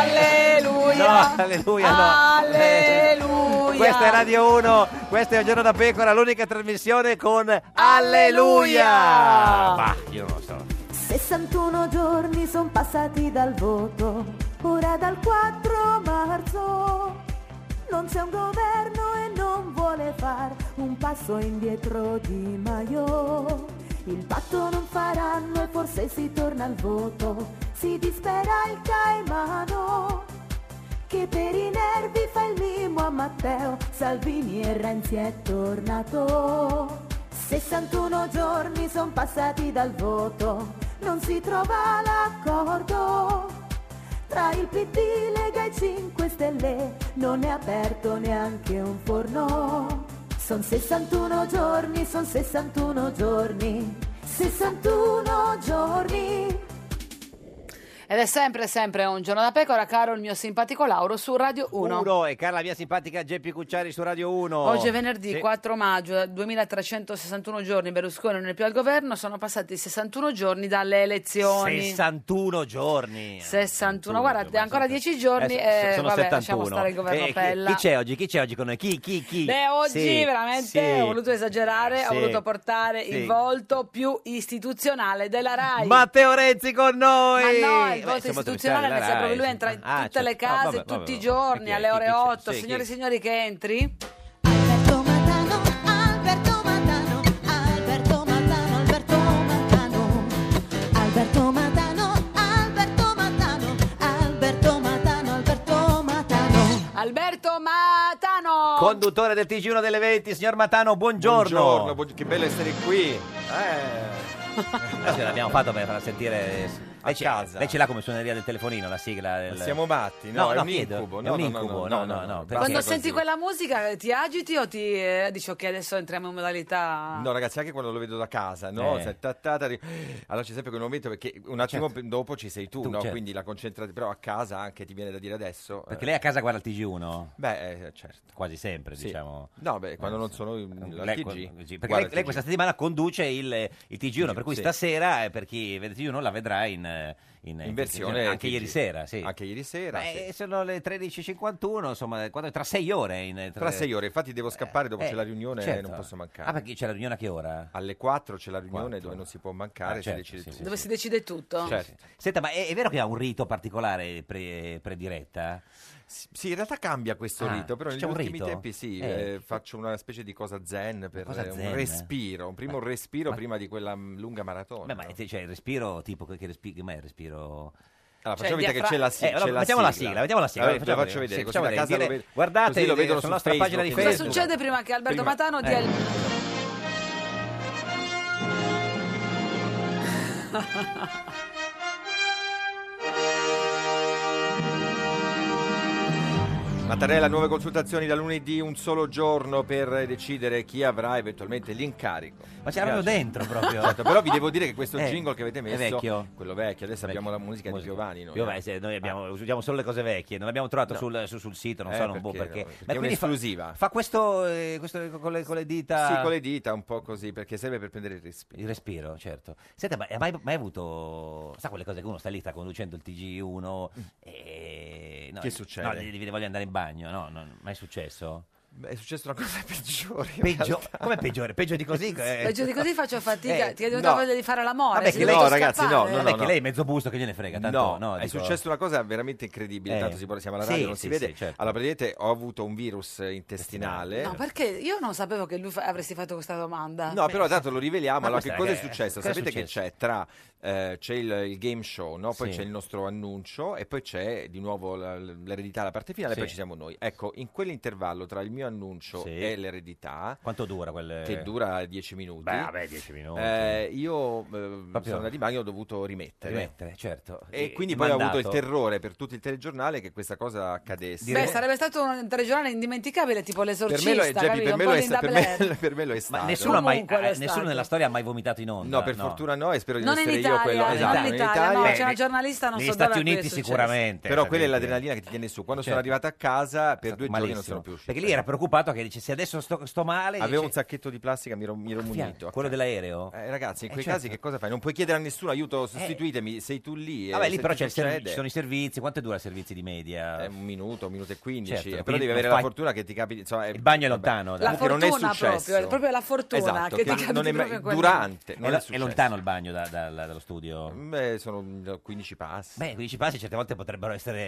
A: Alleluia.
B: No, alleluia, no.
A: Alleluia.
B: Questa è Radio 1, questo è Un giorno da pecora, l'unica trasmissione con Alleluia! Ma io non lo so.
Q: 61 giorni son passati dal voto, ora dal 4 marzo. Non c'è un governo e non vuole far un passo indietro di Maio. Il patto non faranno e forse si torna al voto, si dispera il Caimano. Che per i nervi fa il mimo a Matteo, Salvini e Renzi è tornato. 61 giorni son passati dal voto, non si trova l'accordo. Tra il PD, Lega e 5 Stelle non è aperto neanche un forno. Son 61 giorni, son 61 giorni, 61 giorni.
A: Ed è sempre, sempre un giorno da pecora, caro il mio simpatico Lauro su Radio 1.
B: Uno e cara la mia simpatica Geppi Cucciari su Radio 1.
A: Oggi è venerdì
B: Sì.
A: 4 maggio, 2361 giorni Berlusconi non è più al governo, sono passati 61 giorni dalle elezioni.
B: 61 giorni.
A: 61, guarda, ancora 10 giorni
B: Eh,
A: e
B: sono
A: vabbè,
B: 71.
A: lasciamo stare il governo
B: Eh, chi-
A: Pella.
B: Chi, c'è oggi? Chi c'è oggi con noi? Chi? Chi? Chi?
A: Beh, oggi
B: Sì,
A: veramente
B: sì. Eh,
A: ho voluto esagerare, ho
B: Sì.
A: voluto portare
B: Sì.
A: il volto più istituzionale della RAI.
B: Matteo Renzi con noi!
A: Ma no, il
B: Beh,
A: volto
B: Eh, insomma,
A: istituzionale,
B: della
A: nel senso
B: Rai,
A: che lui entra in
B: Ah,
A: tutte
B: certo.
A: le
B: Ah,
A: case,
B: vabbè, vabbè,
A: tutti i
B: vabbè.
A: giorni,
B: Perché?
A: alle ore
B: Chi c'è?
A: 8.
B: Sì, chi-
A: Signore e signori, che entri?
Q: Alberto Matano, Alberto Matano, Alberto Matano, Alberto Matano, Alberto Matano, Alberto Matano, Alberto Matano.
A: Alberto Matano!
B: Conduttore del TG1 delle 20, signor Matano, buongiorno.
R: Buongiorno, buongi- che bello essere qui.
B: Eh, sì, l'abbiamo fatto per far sentire eh, lei ce-
R: casa.
B: Lei ce l'ha come suoneria del telefonino, la sigla del...
R: Ma siamo matti, no, è un
B: chiedo,
R: incubo,
B: È
R: no,
B: un
R: no,
B: incubo,
R: no, no, no,
B: no, no, no,
R: no,
B: perché-
A: Quando
R: così.
A: senti quella musica eh, ti agiti o ti eh, dici ok adesso entriamo in modalità...
R: No, ragazzi, anche quando lo vedo da casa, no?
B: Ah. Eh.
R: Cioè, ta, ta, ta, di- allora c'è sempre quel momento perché un attimo
B: Certo.
R: dopo ci sei tu,
B: Tu,
R: no?
B: certo.
R: Quindi la concentrazione, però a casa anche ti viene da dire adesso.
B: Perché
R: eh,
B: lei a casa guarda il TG1?
R: Beh, eh, certo.
B: Quasi sempre,
R: Sì.
B: diciamo.
R: No, beh, quando
B: Eh,
R: non
B: sì.
R: sono in- la
B: Lei-
R: TG,
B: perché lei-
R: guarda
B: lei,
R: il TG.
B: questa settimana conduce il, il TG1, per cui
R: Sì.
B: stasera, eh, per chi vede il TG1, la vedrà in, eh, in-
R: In versione
B: anche
R: TG.
B: ieri sera. Sì.
R: Anche ieri sera,
B: Beh, eh,
R: sì.
B: Sono le 13.51, insomma, quando- tra sei ore. in-
R: Tra sei ore, infatti devo scappare, dopo
B: eh,
R: c'è la riunione
B: certo.
R: non posso mancare.
B: Ah, perché c'è la riunione a che ora?
R: Alle 4 c'è la riunione
B: Quattro.
R: dove non si può mancare,
B: Ah,
R: si
B: certo,
R: decide
B: sì,
R: tutto.
A: Dove si decide tutto.
R: Certo.
B: Senta, ma è, è vero che ha un rito particolare pre, diretta
R: Sì, in realtà cambia questo
B: Ah,
R: rito, però negli
B: c'è un
R: ultimi
B: rito?
R: tempi sì,
B: Eh.
R: eh, faccio una specie di cosa zen per
B: cosa
R: eh, un
B: zen?
R: respiro, un primo
B: Ma-
R: respiro
B: ma-
R: prima di quella mm, lunga maratona.
B: Beh, ma
R: no?
B: te- cioè, il respiro tipo che, che respi- che ma è il respiro
A: Cioè,
R: Allora, facciamo vedere che c'è la, si-
B: Eh, allora,
R: c'è
B: mettiamo la
R: sigla.
B: sigla, vediamo la sigla.
R: Allora,
B: facciamo
R: la faccio
B: vedere,
R: vedere, così
B: sì, facciamo
R: da casa
B: vedere.
R: lo vede-
B: Guardate
R: così lo
B: il-
R: vedono
B: sulla
R: su
B: nostra pagina di
R: Facebook.
A: Cosa
B: Facebook.
A: succede prima che Alberto
B: Prima-
A: Matano dia
B: eh.
A: il...
R: Mattarella, nuove consultazioni da lunedì, un solo giorno per decidere chi avrà eventualmente l'incarico.
B: Ma c'era proprio
R: Mi piace.
B: dentro, proprio.
R: Certo, però vi devo dire che questo
B: Eh,
R: jingle che avete
B: è
R: messo,
B: vecchio.
R: quello vecchio, adesso abbiamo la musica, di Piovani. Noi,
B: Piovani, se noi abbiamo- usiamo solo le cose vecchie, non l'abbiamo trovato
R: No.
B: sul, su- sul sito, non
R: Eh,
B: so, non boh,
R: perché,
B: perché.
R: no, perché
B: Ma
R: è
B: quindi fa-
R: un'esclusiva.
B: Fa, questo, eh, questo con, le, con le dita.
R: Sì, con le dita, un po' così, perché serve per prendere il respiro.
B: Il respiro, certo. Senta, ma hai mai, mai avuto. Sa quelle cose che uno sta lì, sta conducendo il TG1 e. no,
R: Mm. Che succede?
B: No, devi, devi voglio andare in bagno, no, no, mai successo?
R: Beh, è successa una cosa peggiore. in
B: Peggio...
R: realtà.
B: Com'è peggiore? Peggio di così? eh.
A: Peggio di così faccio fatica,
R: Eh,
A: ti è venuta
R: no.
A: voglia di fare l'amore.
R: Vabbè,
A: sei
R: che lei-
A: dovuto
R: no, ragazzi,
A: scappare.
R: no, no,
B: Vabbè,
R: no.
B: che lei è mezzo busto, che gliene frega tanto.
R: No,
B: No,
R: è
B: dico-
R: successa una cosa veramente incredibile,
B: Eh.
R: tanto si può siamo alla radio,
B: Sì,
R: non
B: sì,
R: si vede.
B: sì, certo.
R: Allora, praticamente ho avuto un virus intestinale.
A: No, perché io non sapevo che lui fa- avresti fatto questa domanda.
R: No, però tanto lo riveliamo.
B: Ah, Ma
R: Allora,
B: questa
R: che cosa è
B: che-
R: successo?
B: cosa è
R: Sapete
B: successo?
R: che c'è tra eh, c'è il, il game show, no? poi
B: Sì.
R: c'è il nostro annuncio e poi c'è di nuovo la- l'eredità, la parte finale,
B: Sì.
R: poi ci siamo noi. Ecco, in quell'intervallo tra il mio annuncio
B: Sì.
R: e l'eredità,
B: Quanto dura quel.
R: che dura 10 minuti,
B: Beh, vabbè, 10 minuti.
R: eh, io eh, sono andato in bagno e ho dovuto rimettere.
B: Rimettere, certo.
R: E
B: Eh,
R: quindi poi ho avuto il
B: mandato.
R: terrore per tutto il telegiornale che questa cosa accadesse.
A: Beh, sarebbe stato un telegiornale indimenticabile, tipo
R: per me
A: l'esorcista,
R: lo è, Geppi,
A: capito?
R: per
A: Un
R: me
A: po'
R: lo è,
A: Linda
R: sta- per
A: Blair.
R: me- per me lo è stato.
B: Ma nessuno, ha mai,
A: Comunque lo è
B: eh, nessuno
A: stato.
B: nella storia ha mai vomitato in onda.
R: No, per fortuna no, e spero di
A: Non
R: non,
A: in
R: essere io
A: Italia,
R: quello.
A: non
R: Esatto,
A: in Italia, no, c'è una giornalista, non
R: negli
A: so dove a cui è successo.
R: Però quella è
B: sapete.
R: l'adrenalina che ti tiene su. Quando sono
B: cioè, Certo.
R: arrivato a casa, per due giorni non
B: Malissimo.
R: sono più uscito.
B: Perché lì era preoccupato che dice se adesso sto, sto male...
R: Avevo
B: dice-
R: un sacchetto di plastica, mi ero, mi ero
B: Ah,
R: munito.
B: fianco,
R: a
B: quello
R: casa.
B: dell'aereo?
R: Eh, ragazzi, in
B: Eh,
R: quei
B: certo.
R: casi che cosa fai? Non puoi chiedere a nessuno
A: Eh.
R: aiuto, sostituitemi, sei tu lì. eh,
B: Vabbè, lì
R: se
B: però
R: ti
B: c'è il serv-
R: succede. Eh,
B: ci sono i servizi. Quanto dura i servizi di media?
R: un minuto, un minuto e 15.
B: Certo,
R: eh, però
B: quindi
R: devi avere
B: non
R: la
B: fai-
R: fortuna che ti capiti. Insomma,
B: Il bagno è lontano.
A: La
R: Comunque non è
A: fortuna
R: successo.
A: proprio, è proprio la fortuna
R: Esatto,
A: che ti
R: che
A: capita
R: non è mai-
A: proprio quel-
R: durante,
B: È,
R: non è
B: lo- è
R: successo.
B: lontano il bagno da- da- da- dallo studio?
R: Beh, sono 15 passi.
B: Beh, 15 passi certe volte potrebbero essere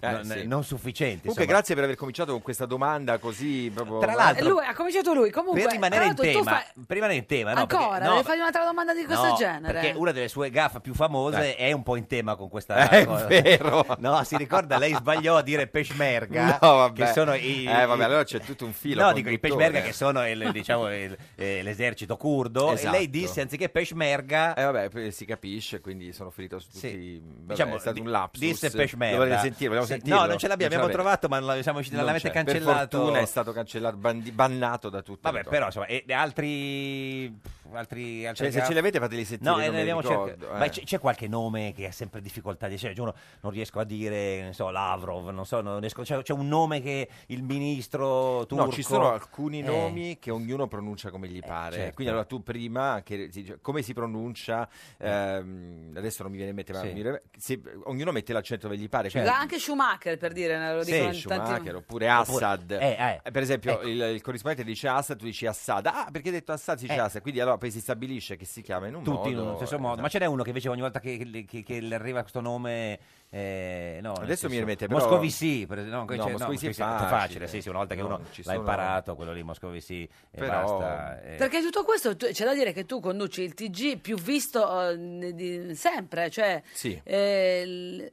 R: Eh,
B: non,
R: sì.
B: non sufficienti.
R: Comunque,
B: insomma.
R: grazie per aver cominciato con questa domanda così sì, proprio.
B: Tra l'altro,
A: Lui ha cominciato lui. Comunque,
B: per rimanere in
A: tra l'altro tu
B: tema,
A: fai- Ah,
B: per rimanere in tema, no,
A: ancora,
B: perché, no,
A: devi fargli un'altra domanda di questo
B: no,
A: genere.
B: Perché una delle sue gaffe più famose è un po' in tema con questa
R: Eh. È
B: cosa.
R: vero.
B: No, si ricorda, lei sbagliò a dire peshmerga,
R: No, vabbè.
B: che sono i
R: Eh, vabbè, allora c'è tutto un filo
B: No, dico i
R: conduttore.
B: peshmerga che sono il- diciamo, il- eh, l'esercito curdo
R: Esatto.
B: e lei disse anziché peshmerga
R: Eh vabbè, p- si capisce, quindi sono finito su tutti. Vabbè,
B: diciamo,
R: è stato
B: di-
R: un lapsus.
B: Disse peshmerga.
R: Lo voglio sentire, vogliamo
B: Sì,
R: sentirlo.
B: no, non ce l'abbiamo, abbiamo trovato, ma non la- siamo riusciti-
R: Non
B: l'avete
R: c'è. Per
B: cancellato.
R: fortuna è stato cancellato, bandi- bannato da tutti.
B: Vabbè, però insomma, e altri. altri, altri
R: Cioè, se ce li avete fateli sentire,
B: No,
R: non
B: eh,
R: me
B: ne
R: li
B: abbiamo
R: ricordo,
B: cercato.
R: eh.
B: Ma c'è, c'è qualche nome che ha sempre difficoltà di cioè, giuro, non riesco a dire, non so, Lavrov, non so, non riesco- c'è, c'è un nome che il ministro turco.
R: No, ci sono alcuni
B: Eh,
R: nomi che ognuno pronuncia come gli pare.
B: certo.
R: Quindi allora tu prima, che, si- come si pronuncia, ehm, adesso non mi viene in mente, ma
B: Eh. Sì.
R: mi viene- se- ognuno mette l'accento dove gli pare. quindi-
A: Anche Schumacher, per dire, lo
R: Sì,
A: dicono in tanti...
R: Schumacher oppure Assad.
B: eh, eh.
R: Eh, Per esempio,
B: Ecco.
R: il, il corrispondente dice Assad, tu dici Assad. Ah, perché hai detto Assad si dice
B: Eh.
R: Assad. Quindi allora poi si stabilisce che si chiama in un
B: Tutti
R: modo. eh,
B: in
R: esatto.
B: uno stesso modo, ma ce n'è uno che invece ogni volta che, che- che- che le arriva questo nome, eh, no, nel
R: Adesso mi
B: senso-
R: rimette, però-
B: Moscovici, per esempio, no,
R: No,
B: cioè, no,
R: Moscovici è
B: Moscovici è
R: facile.
B: facile, sì, sì, una volta che
R: No,
B: uno
R: non ci
B: l'ha
R: sono-
B: imparato, quello lì Moscovici e
R: Però-
B: basta. eh.
A: Perché tutto questo tu- c'è da dire che tu conduci il TG più visto eh, ne- di- sempre, cioè,
B: Sì.
A: eh, il-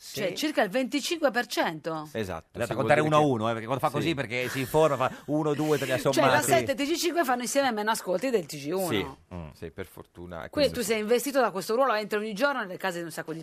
B: Sì.
A: cioè, circa il 25%.
R: Esatto.
B: Andate
R: si
B: a
R: vuol
B: contare
R: dire
B: uno a
R: che-
B: uno, eh, perché quando fa
R: Sì.
B: così perché si informa, fa uno, due, te li ha
A: Cioè la
B: sommati.
A: 7 e TG5 fanno insieme meno ascolti del TG1.
R: Sì, Mm. sì, per fortuna.
A: Quindi tu sei investito da questo ruolo, entri ogni giorno nelle case di un sacco di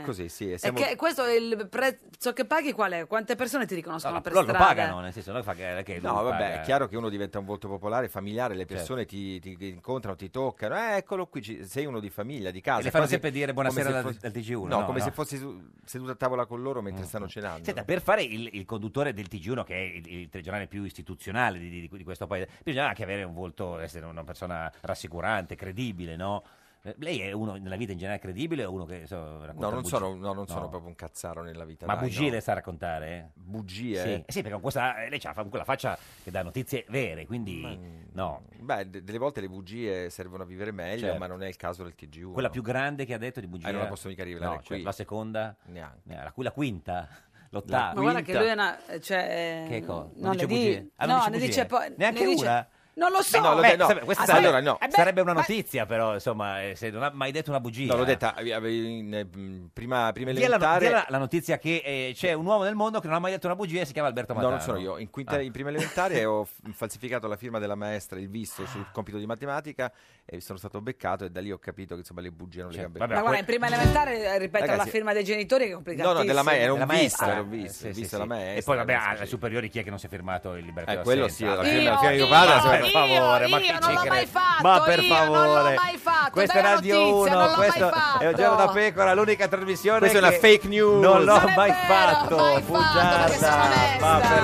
R: È così, sì. e
A: E
R: siamo-
A: che- questo eh. è il prezzo che paghi qual è? Quante persone ti riconoscono per
B: Loro lo
A: strada?
B: pagano, nel senso, loro fa che, che
R: No,
B: lui
R: vabbè,
B: paga.
R: è chiaro che uno diventa un volto popolare, familiare, le persone
B: Certo.
R: ti, ti incontrano, ti toccano, eh, eccolo qui, ci- sei uno di famiglia, di casa.
B: E le fanno
R: quasi
B: sempre dire buonasera
R: come se
B: dal-
R: fossi-
B: dal TG1,
R: No,
B: no,
R: come
B: no. Mm.
R: se fossi su- seduto a tavola con loro mentre stanno cenando.
B: Senta, per fare il, il conduttore del TG1, che è il, il telegiornale più istituzionale di, di- di questo paese, bisogna anche avere un volto, essere una persona rassicurante, credibile, no? Eh, Lei è uno nella vita in generale credibile o uno che so, racconta
R: No, non
B: bugie?
R: sono, no, non sono
B: No.
R: proprio un cazzaro nella vita.
B: Ma
R: dai,
B: bugie
R: no.
B: le sa raccontare? eh?
R: Bugie?
B: Sì, sì, perché con questa, eh, lei c'ha fa- quella faccia che dà notizie vere, quindi no.
R: Beh, de- delle volte le bugie servono a vivere meglio,
B: Certo.
R: ma non è il caso del TG1.
B: Quella più grande che ha detto di bugie?
R: Eh, non la posso mica rivelare
B: No, cioè,
R: qui.
B: la seconda?
R: Neanche.
B: Eh, La, la quinta? L'ottava?
A: Ma guarda che lui è una... Cioè,
B: Che cosa? Non
A: non
B: dice
A: le di-
B: bugie? Ah, non
A: no,
B: dice
A: ne
B: bugie?
A: dice poi...
B: Neanche
A: ne dice-
B: una? Eh,
A: Non lo so.
R: no, l'ho de- no,
B: sarebbe- questa
R: ah,
B: sarebbe,
R: allora no.
B: eh beh, sarebbe una notizia, però, insomma, eh, se non ha mai detto una bugia.
R: No, l'ho detta eh, eh, in, eh, mh, prima, prima
B: Dia la, no-
R: elementare.
B: dia la- la notizia che eh, c'è un uomo nel mondo che non ha mai detto una bugia e si chiama Alberto
R: No,
B: Matano.
R: non sono io. In, quinta-
B: Ah.
R: in prima elementare ho f- falsificato la firma della maestra, il visto sul compito di matematica e sono stato beccato e da lì ho capito che insomma le bugie non le
A: Ma
R: cambiano.
A: guarda, in prima elementare, eh, ripeto,
R: Ragazzi-
A: la firma dei genitori che è complicatissima.
R: No, no, della ma- era un
B: Della
R: visto,
B: maestra.
R: era un visto,
B: Eh,
R: il
B: sì,
R: visto
B: sì,
R: alla
B: sì.
R: maestra.
B: E poi, vabbè,
R: adesso
B: alle superiori chi è che non si è firmato il libertà
R: Eh, quello sì, alla fine
B: la cioè,
R: alla fine mio padre, se-
B: per favore, ma
A: io
B: chi
A: non
B: ci
A: l'ho mai
B: crede?
A: fatto,
B: Ma per
A: io non l'ho
B: favore.
A: mai fatto,
B: Questa è
A: bella
B: Radio
A: notizia,
B: 1,
A: non l'ho mai
B: questo è
A: fatto.
B: un giorno da pecora, l'unica trasmissione
R: Questa è una
B: che
R: fake news.
B: Non l'ho
R: Non è
B: mai
R: vero,
B: fatto,
R: mai fatto, perché sono
B: bugiarda.
R: onesta.
B: Ma per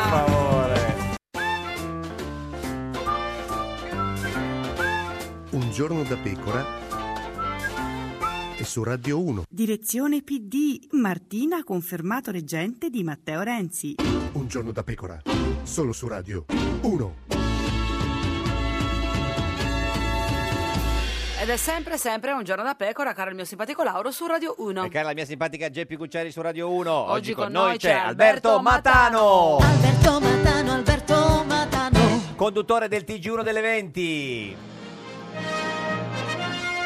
B: favore.
S: Un giorno da pecora e su Radio 1.
T: Direzione PD Martina ha confermato reggente di Matteo Renzi.
S: Un giorno da pecora, solo su Radio 1.
A: Ed è sempre, sempre un giorno da pecora, caro il mio simpatico Lauro, su Radio 1.
B: E cara la mia simpatica Geppi Cucciari su Radio 1. Oggi,
A: Oggi
B: con, noi c'è Alberto Matano.
A: Matano.
B: Alberto Matano, Alberto Matano. Conduttore del TG1 delle 20.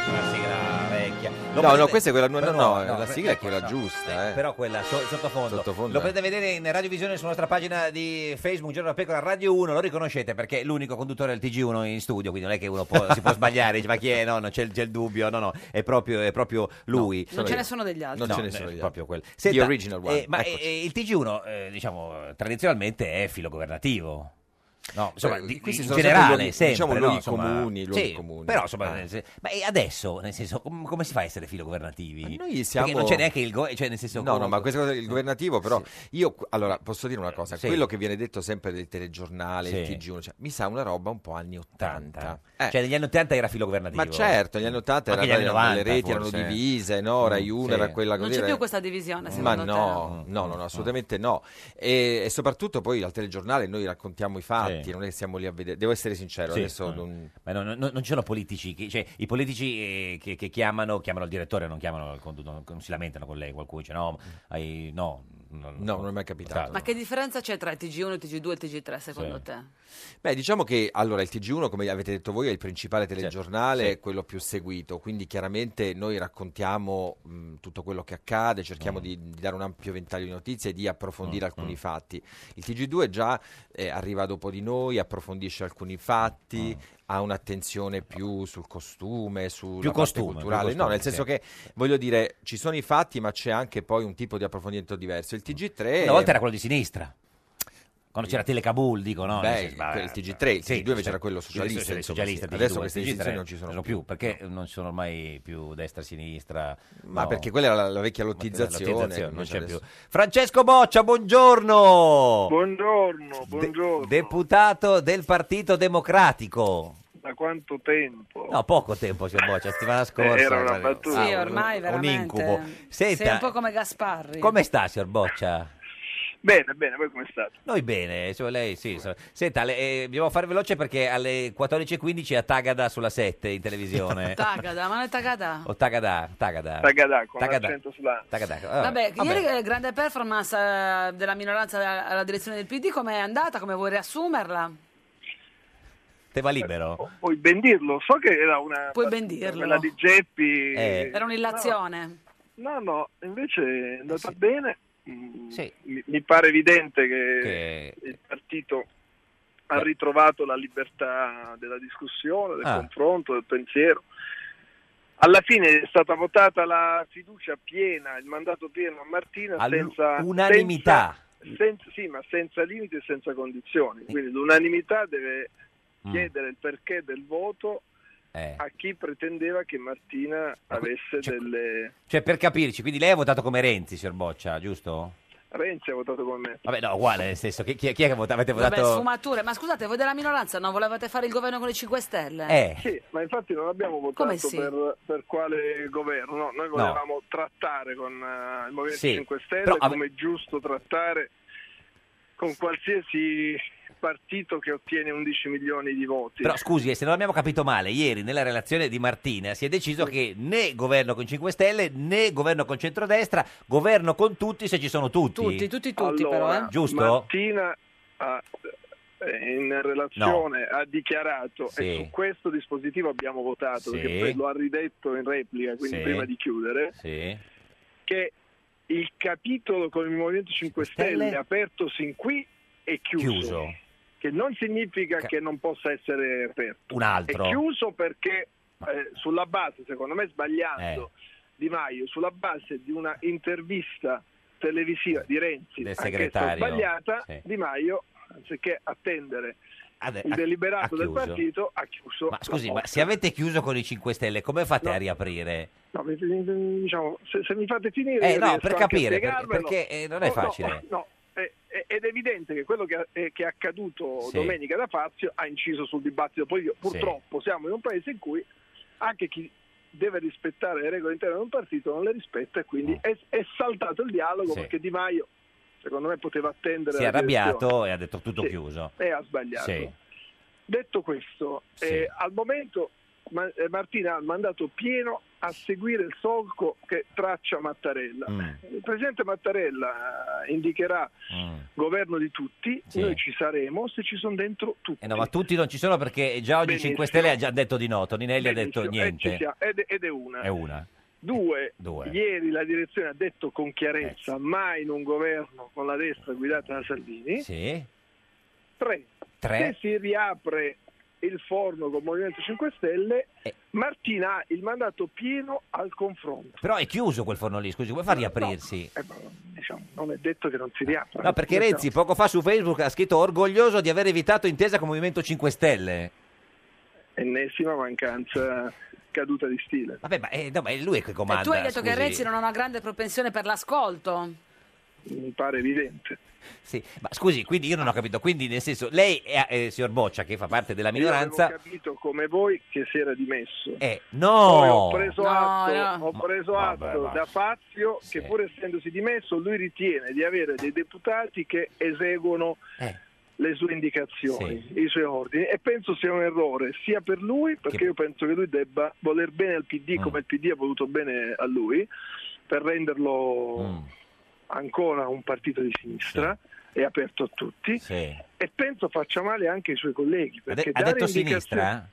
B: Una sigla vecchia.
R: No,
B: Lo
R: no,
B: potete-
R: questa è quella nuova. No,
B: Però
R: no, la
B: per-
R: sigla è
B: perché
R: quella
B: no?
R: giusta, eh.
B: Però quella so- sottofondo.
R: Sottofondo,
B: Lo
R: eh.
B: potete vedere in radiovisione sulla nostra pagina di Facebook, Giorno da Pecora Radio 1. Lo riconoscete perché è l'unico conduttore del TG1 in studio. Quindi non è che uno può- si può sbagliare, dice, ma chi è? No, no c'è, il- c'è il dubbio. No, no, è proprio, è proprio lui.
A: Non ce ne sono degli altri.
B: No, eh, proprio quello. Senta, eh, ma eh, eh, il TG1, eh, diciamo, eh, tradizionalmente è filogovernativo. No, insomma,
R: Beh,
B: di-
R: questi
B: in
R: sono sempre
B: generale,
R: luoghi-
B: sempre,
R: diciamo,
B: no,
R: luoghi
B: insomma,
R: comuni, luoghi
B: sì,
R: comuni.
B: Però, insomma,
R: Ah.
B: nel sen- ma e adesso, nel senso, com- come si fa a essere filogovernativi?
R: Ma noi siamo-
B: Perché non c'è neanche il go- cioè, nel senso,
R: No, no,
B: come-
R: ma questa cosa del governativo, però, io qu- allora posso dire una cosa:
B: Mm. Eh, Sì.
R: quello che viene detto sempre del telegiornale, il
B: Sì.
R: TG1, cioè, mi sa una roba un po' anni 80. Eh.
B: Cioè, negli anni 80 era filogovernativo.
R: Ma certo, negli anni 80
B: Anche
R: erano,
B: gli anni
R: erano-
B: 90,
R: le reti
B: forse.
R: erano divise, no? Rai
B: Mm,
R: 1
B: sì.
R: era quella
A: Non
R: così.
A: c'è
R: era-
A: più questa divisione,
R: Mm. Ma
A: secondo te? Mm.
R: no, no, no, no, assolutamente no. E, e soprattutto poi al telegiornale noi raccontiamo i fatti, non è che siamo lì a vedere. Devo essere sincero,
B: Sì,
R: adesso
B: mm.
R: non-
B: Ma no, no, no, non ci sono politici, che- cioè i politici eh, che, che chiamano, chiamano il direttore, non chiamano il condu- non, non si lamentano con lei, qualcuno dice no, hai- no,
R: Mm. No, non è mai capitato.
A: Ma che differenza c'è tra il TG1, il TG2 e il TG3 secondo
R: Sì.
A: te?
R: Beh, diciamo che allora il Tg1, come avete detto voi, è il principale telegiornale,
D: Sì.
R: è quello più seguito, quindi chiaramente noi raccontiamo mh, tutto quello che accade, cerchiamo
D: Mm.
R: di, di dare un ampio ventaglio di notizie e di approfondire
D: Mm,
R: alcuni fatti. Il Tg2 già eh, arriva dopo di noi, approfondisce alcuni fatti. Ha un'attenzione più sul costume, sulla parte
D: costume, Mm. più
R: culturale. no,
D: costume,
R: nel senso
D: sì.
R: che voglio dire, ci sono i fatti, ma c'è anche poi un tipo di approfondimento diverso. Il Tg3
B: Una volta era quello di sinistra. Quando c'era Telecabul, dico, no?
R: Beh,
B: nel senso, vabbè,
R: quel TG3, il
B: sì,
R: TG2 invece
B: sì.
R: era quello socialista,
B: Il
R: insomma,
B: socialista,
R: sì. Adesso
B: TG2,
R: queste
B: TG3
R: esigenze non ci sono più.
B: Perché non ci sono ormai più destra-sinistra?
R: Ma perché quella era la, la vecchia lottizzazione,
B: non c'è
R: adesso.
B: più. Francesco Boccia, buongiorno!
U: Buongiorno, buongiorno.
B: Deputato del Partito Democratico.
U: Da quanto tempo?
B: No, poco tempo, signor Boccia, settimana scorsa.
U: Oh. Eh, Era una battuta.
A: Sì, ormai
B: Ah, un- Un
A: veramente.
B: incubo.
A: Sei un
B: Senta,
A: po' come Gasparri.
B: come sta, signor Boccia?
U: Bene, bene, voi come state?
B: Noi bene, su- lei sì. so- Senta, le- eh, dobbiamo fare veloce perché alle 14.15 è a Tagada sulla 7 in televisione.
A: Tagada, ma non è Tagada?
B: o Tagada, Tagada.
U: Tagadà, con
B: Tagada.
U: l'accento sulla...
B: Tagada. Ah,
A: Vabbè,
B: vabbè.
A: ieri eh, grande performance eh, della minoranza alla alla direzione del PD, com'è andata? Come vuoi riassumerla?
B: Te va libero?
U: Eh, Puoi ben dirlo, so che era una...
A: Puoi ben dirlo.
U: Quella di Geppi...
B: Eh.
A: Era un'illazione.
U: No, no, invece è andata bene. Mm,
B: Sì.
U: Mi, mi pare evidente che,
B: Che-
U: il partito ha ritrovato la libertà della discussione, del
B: Ah.
U: confronto, del pensiero. Alla fine è stata votata la fiducia piena, il mandato pieno a Martina senza
B: All'unanimità.
U: senza- senza- sì, ma senza limiti e senza condizioni. Quindi l'unanimità deve
B: Mm.
U: chiedere il perché del voto
B: Eh.
U: a chi pretendeva che Martina avesse delle...
B: Cioè, per capirci, quindi lei ha votato come Renzi, signor Boccia, giusto?
U: Renzi ha votato con me.
B: Vabbè, no, uguale, nel senso, chi, chi è chi è che vota- avete
A: Vabbè,
B: votato?
A: sfumature. Ma scusate, voi della minoranza non volevate fare il governo con i 5 Stelle?
B: Eh.
U: Sì, ma infatti non abbiamo votato
A: Come sì?
U: per, per quale governo, no, noi volevamo trattare con eh, il Movimento
B: Sì,
U: 5 Stelle
B: però ave-
U: come è giusto trattare con qualsiasi partito che ottiene 11 milioni di voti.
B: Però scusi, eh, se non abbiamo capito male, ieri nella relazione di Martina si è deciso che né governo con 5 Stelle né governo con centrodestra, governo con tutti se ci sono tutti.
A: Tutti, tutti, tutti,
U: Allora,
A: però. Eh.
B: Giusto?
U: Martina ha- eh, in relazione ha dichiarato
B: Sì.
U: e su questo dispositivo abbiamo votato
B: Sì.
U: perché poi lo ha ridetto in replica quindi
B: Sì.
U: prima di chiudere
B: Sì.
U: che il capitolo con il Movimento 5 Stelle,
B: Stelle?
U: aperto sin qui è chiuso,
B: Chiuso.
U: che non significa
B: Ca-
U: che non possa essere aperto
B: Un altro.
U: è chiuso perché eh, sulla base secondo me sbagliando
B: Eh.
U: Di Maio sulla base di una intervista televisiva di Renzi
B: Eh, Del
U: anch'essa
B: segretario.
U: sbagliata
B: Sì.
U: Di Maio anziché attendere
B: Ade-
U: il
B: ha-
U: deliberato
B: ha
U: del
B: chiuso.
U: partito ha chiuso
B: Ma scusi,
U: la
B: ma
U: porta.
B: se avete chiuso con i 5 Stelle, come fate a riaprire?
U: No, mi- mi- diciamo, se, se mi fate finire,
B: Eh,
U: io
B: no,
U: riesco
B: per
U: anche a
B: capire, per-
U: spiegarvelo.
B: perché, eh, non è
U: No, no,
B: facile.
U: no, eh, eh, ed è evidente che quello che, eh, che è accaduto
B: Sì.
U: domenica da Fazio ha inciso sul dibattito. Poi io, purtroppo siamo in un paese in cui anche chi deve rispettare le regole interne di un partito non le rispetta e quindi è, è saltato il
B: Mm.
U: dialogo
B: Sì.
U: perché Di Maio, secondo me, poteva attendere.
B: Si è
U: la direzione.
B: arrabbiato e ha detto tutto
U: Sì.
B: chiuso.
U: E ha sbagliato.
B: Sì.
U: Detto questo,
B: Sì.
U: eh, al momento Ma- eh, Martina ha il mandato pieno a seguire il solco che traccia Mattarella.
B: Mm.
U: Il presidente Mattarella eh, indicherà
B: Mm.
U: governo di tutti,
B: Sì.
U: noi ci saremo se ci sono dentro tutti.
B: Eh no, ma tutti non ci sono perché già oggi i
U: Benissimo.
B: 5 Stelle ha già detto di no, Toninelli ha detto
U: Benissimo, e ci
B: niente.
U: siamo. Ed, ed è una.
B: È una.
U: Due,
B: Due. Eh
U: ieri la direzione ha detto con chiarezza mai in un governo con la destra guidata da Salvini.
B: Sì.
U: Tre,
B: Tre.
U: se si riapre il forno con Movimento 5 Stelle,
B: Eh.
U: Martina ha il mandato pieno al confronto.
B: Però è chiuso quel forno lì, scusi, come fa a riaprirsi?
U: Diciamo, non è detto che non si riapra.
B: Ah.
U: Diciamo,
B: No, perché Renzi poco fa su Facebook ha scritto orgoglioso di aver evitato intesa con Movimento 5 Stelle.
U: Ennesima mancanza caduta di stile.
B: Vabbè, ma, eh, no, ma è lui che comanda.
A: E tu hai detto che
B: scusi.
A: Renzi non ha una grande propensione per l'ascolto.
U: Mi pare evidente.
B: Sì, ma scusi, quindi io non ho capito. Quindi, nel senso, lei, è, eh, signor Boccia, che fa parte della
U: Io
B: minoranza,
U: avevo capito come voi che si era dimesso.
B: eh,
U: Poi
B: no,
U: ho preso
A: No,
U: atto,
A: no.
U: ho preso
B: Ma-
U: atto
B: vabbè, ma-
U: da Fazio che pur essendosi dimesso lui ritiene di avere dei deputati che eseguono
B: Eh.
U: le sue indicazioni, i suoi ordini e penso sia un errore sia per lui perché io penso che lui debba voler
B: Mm. Mm.
U: bene al PD come il PD ha voluto bene a lui per renderlo ancora un partito di sinistra, è aperto a tutti e penso faccia male anche ai suoi colleghi.
B: Ha, de-
U: Perché
B: ha
U: dare
B: detto
U: indicazioni-
B: sinistra?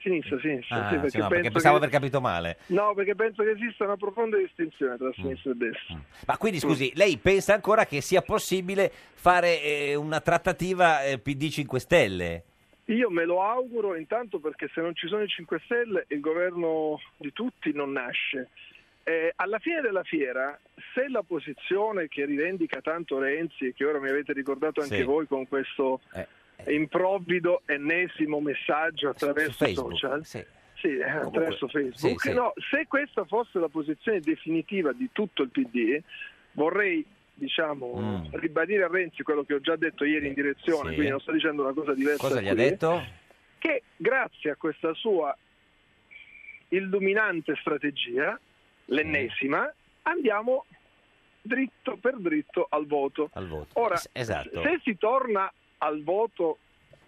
U: Sinistra, sinistra,
B: Ah,
U: sì,
B: sì,
U: perché,
B: no, perché
U: penso
B: pensavo
U: che-
B: aver capito male.
U: No, perché penso che esista una profonda distinzione
B: Mm.
U: tra sinistra e destra.
B: Ma
U: Mm.
B: quindi scusi, lei pensa ancora che sia possibile fare eh, una trattativa eh, PD 5 Stelle?
U: Io me lo auguro intanto perché se non ci sono i 5 Stelle il governo di tutti non nasce. Eh, alla fine della fiera, se la posizione che rivendica tanto Renzi e che ora mi avete ricordato anche
D: Sì.
U: voi con questo
A: Eh.
U: improvvido ennesimo messaggio attraverso i
D: Facebook,
U: social, sì, eh, attraverso Facebook,
D: sì, sì.
U: no, se questa fosse la posizione definitiva di tutto il PD, vorrei diciamo,
B: Mm. Eh,
U: ribadire a Renzi quello che ho già detto ieri in direzione,
B: Sì.
U: quindi non sto dicendo una cosa diversa.
B: Cosa gli ha
U: qui
B: detto?
U: che grazie a questa sua illuminante strategia, l'ennesima, andiamo dritto per dritto al voto. Ora,
B: Es- esatto.
U: se si torna al voto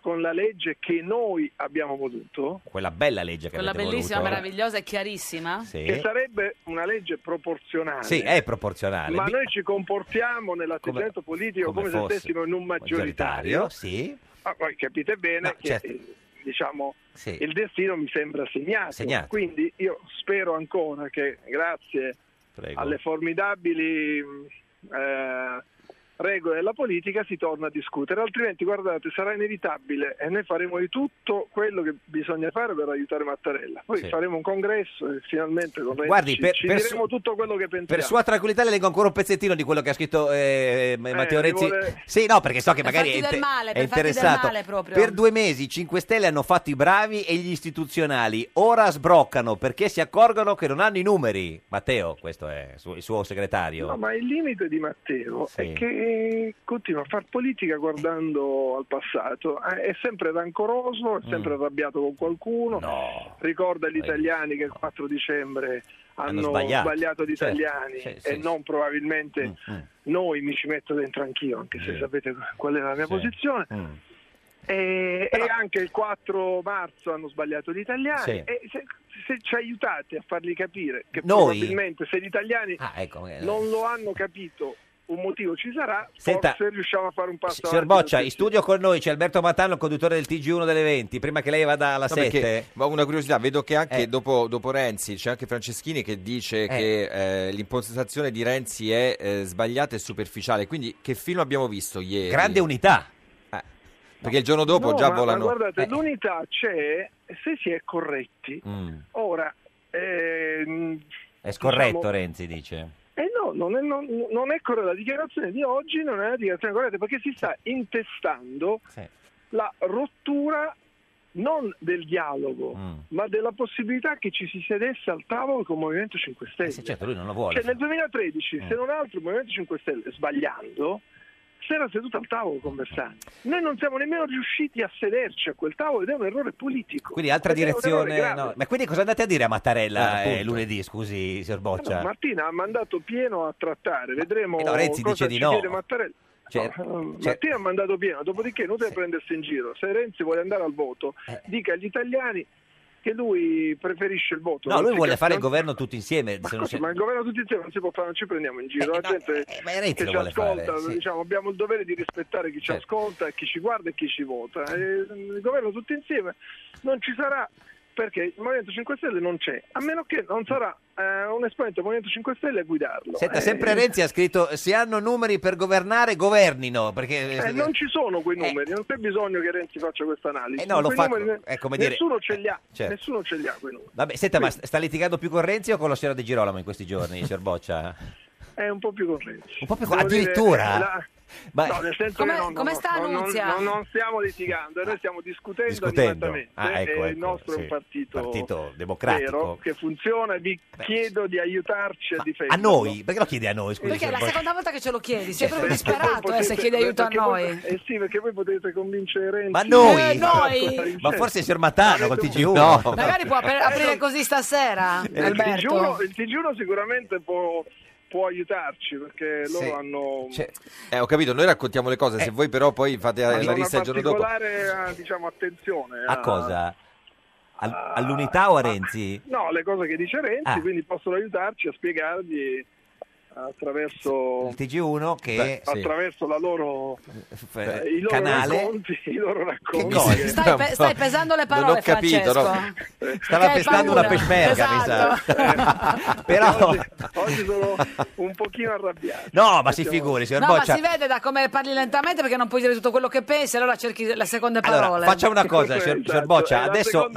U: con la legge che noi abbiamo voluto,
B: Quella bella legge che
A: Quella
B: avete
A: bellissima,
B: voluto.
A: meravigliosa e chiarissima.
B: Sì.
U: che sarebbe una legge proporzionale,
B: Sì, è proporzionale.
U: ma
B: Bi-
U: noi ci comportiamo nell'atteggiamento politico
B: come
U: come, se
B: fosse
U: stessimo in un
B: maggioritario,
U: maggioritario.
B: sì.
U: Ma Ah, poi capite bene che
B: certo.
U: eh, diciamo,
B: Sì.
U: il destino mi sembra segnato.
B: Segnato.
U: Quindi io spero ancora che grazie
B: Prego.
U: alle formidabili mh, eh, regole della politica si torna a discutere, altrimenti guardate sarà inevitabile e noi faremo di tutto quello che bisogna fare per aiutare Mattarella. Poi
B: Sì.
U: faremo un congresso e finalmente con Renzi
B: Guardi, per-
U: ci
B: per
U: diremo
B: su-
U: tutto quello che pensiamo.
B: Per sua tranquillità le leggo ancora un pezzettino di quello che ha scritto eh, Matteo
U: mi
B: Renzi.
U: vuole-
B: Sì, no, perché so che
A: Per
B: magari è,
A: farti
B: inte-
A: del male,
B: è
A: per farti del
B: interessato.
A: male proprio.
B: Per due mesi i 5 Stelle hanno fatto i bravi e gli istituzionali. Ora sbroccano perché si accorgono che non hanno i numeri. Matteo, questo è su- il suo segretario.
U: No, ma il limite di Matteo
B: Sì.
U: è che continua a far politica guardando al passato, Eh, è sempre rancoroso, è sempre
D: Mm.
U: arrabbiato con qualcuno, ricorda gli italiani che il 4 dicembre hanno,
D: Eh, sbagliato.
U: gli
D: Certo,
U: italiani
D: sì,
U: e
D: sì, Mm.
U: non probabilmente
B: Mm.
U: noi, mi ci metto dentro anch'io, anche se sapete qual è la mia posizione.
B: Mm.
U: E, e anche il 4 marzo hanno sbagliato gli italiani
B: Sì.
U: e se, se ci aiutate a farli capire che
B: Noi?
U: probabilmente se gli italiani
B: Ah, ecco, eh,
U: non lo hanno capito, un motivo ci sarà,
B: Senta,
U: forse riusciamo a fare un passo
B: Signor
U: avanti.
B: Boccia, in studio con noi c'è Alberto Matano, il conduttore del TG1 delle 20. Prima che lei vada alla
R: No,
B: 7.
R: perché- ma una curiosità, vedo che anche
B: Eh.
R: dopo, dopo Renzi c'è anche Franceschini che dice che eh, l'impostazione di Renzi è eh, sbagliata e superficiale. Quindi, che film abbiamo visto ieri?
B: Grande unità.
R: Eh, perché il giorno dopo
U: No,
R: già
U: ma- ma
R: volano.
U: guardate,
R: Eh,
U: l'unità c'è se si è corretti.
B: Mm.
U: Ora, ehm,
B: È scorretto,
U: diciamo-
B: Renzi dice.
U: Eh no, non è, non- non è corretta. La dichiarazione di oggi non è una dichiarazione corretta perché si sta intestando la rottura non del dialogo,
R: Mm.
U: ma della possibilità che ci si sedesse al tavolo con il Movimento 5 Stelle.
B: Certo, lui non lo vuole.
U: Cioè, nel 2013,
B: Mm.
U: se non altro, il Movimento 5 Stelle, sbagliando, si era seduto al tavolo con Bersani.
B: Mm.
U: Noi non siamo nemmeno riusciti a sederci a quel tavolo ed è un errore politico.
B: Quindi altra
U: Ed è un errore
B: direzione.
U: grave.
B: no. Ma quindi cosa andate a dire a
U: Eh,
B: Mattarella eh,
U: appunto.
B: lunedì, scusi, signor
U: Ah, no,
B: Boccia?
U: Martina ha mandato pieno a trattare, vedremo
B: eh certo. no, Renzi
U: cosa
B: dice di
U: ci
B: no.
U: chiede Mattarella.
B: Cioè,
U: No,
B: cioè-
U: Martina ha mandato pieno, dopodiché non deve prendersi in giro. Se Renzi vuole andare al voto,
B: Eh.
U: dica agli italiani che lui preferisce il voto.
B: No,
U: Non
B: lui
U: si
B: vuole fare il
U: capisce-
B: governo tutti insieme. se non Eh,
U: Scusi,
B: c'è-
U: ma il governo tutti insieme non si può fare, non ci prendiamo in giro. La gente
B: Renzi
U: che
B: lo
U: ci
B: vuole
U: ascolta,
B: fare, sì. Certo.
U: diciamo, abbiamo il dovere di rispettare chi ci ascolta, chi ci guarda e chi ci vota. E, mm, il governo tutti insieme non ci sarà perché il Movimento 5 Stelle non c'è, a meno che non sarà eh, un esponente del Movimento 5 Stelle a guidarlo.
B: Senta,
U: Eh,
B: sempre Renzi ha scritto: Se hanno numeri per governare, governino. Perché
U: eh, non ci sono quei numeri, non c'è bisogno che Renzi faccia questa analisi.
B: Eh no, lo
U: Quei
B: fa-
U: numeri
B: è come dire-
U: nessuno ce li ha,
B: certo.
U: nessuno ce li ha quei numeri.
B: Vabbè, senta, ma sta litigando più con Renzi o con la signora De Girolamo in questi giorni, signor Boccia?
U: È un po' più con Renzi.
B: Un po' più-
U: Devo dire,
B: addirittura?
U: la-
B: Ma-
U: No, nel senso
A: Come-
U: che non,
A: come
U: non-
A: sta
U: non-
A: Nunzia?
U: non- non stiamo litigando, noi stiamo discutendo,
B: Discutendo.
U: animatamente,
B: Ah, ecco,
U: e il
B: ecco,
U: nostro
B: sì.
U: è un partito,
B: Partito democratico.
U: vero, che funziona e vi chiedo di aiutarci a difenderlo.
B: A noi? Perché lo chiede a noi? Scusi,
A: Perché è
B: signor
A: la
B: Boccia?
A: seconda volta che ce lo chiedi, sei proprio
U: Perché voi
A: disperato eh, se
U: potete-
A: chiedi aiuto a
U: perché
A: noi.
U: voi- eh sì, perché voi potete convincere Renzi.
B: Ma noi?
A: Eh, noi!
B: Ma forse il signor Matano col TG1?
A: Magari può apre- aprire così stasera,
U: Eh, il
A: Alberto.
U: digiuno, il digiuno sicuramente può, può aiutarci perché loro
R: Sì.
U: hanno
B: Cioè,
R: eh, ho capito, noi raccontiamo le cose,
B: Eh.
R: se voi però poi fate
U: hanno
R: la
U: una
R: rissa il giorno dopo.
U: particolare eh, diciamo, attenzione
B: A cosa? Al- all'unità o a Renzi?
U: No, le cose che dice Renzi,
B: Ah.
U: quindi possono aiutarci a spiegargli attraverso,
B: Il TG1 che...
U: Beh, attraverso la loro,
B: Beh,
U: eh, i loro
B: canale.
U: racconti, i loro racconti.
B: cosa?
U: che-
A: Stai, pe- stai pesando le parole,
B: Non ho capito,
A: Francesco.
B: no. Stava
A: Che hai
B: pestando una
A: paura.
B: peshmerga, mi
A: Esatto.
B: sa. Però...
U: Oggi sono un pochino arrabbiato.
B: No, ma si figuri, signor
A: No, ma
B: Boccia.
A: si vede da come parli lentamente perché non puoi dire tutto quello che pensi, allora cerchi la seconda parola.
B: Allora, facciamo una cosa, signor, signor Boccia. Adesso,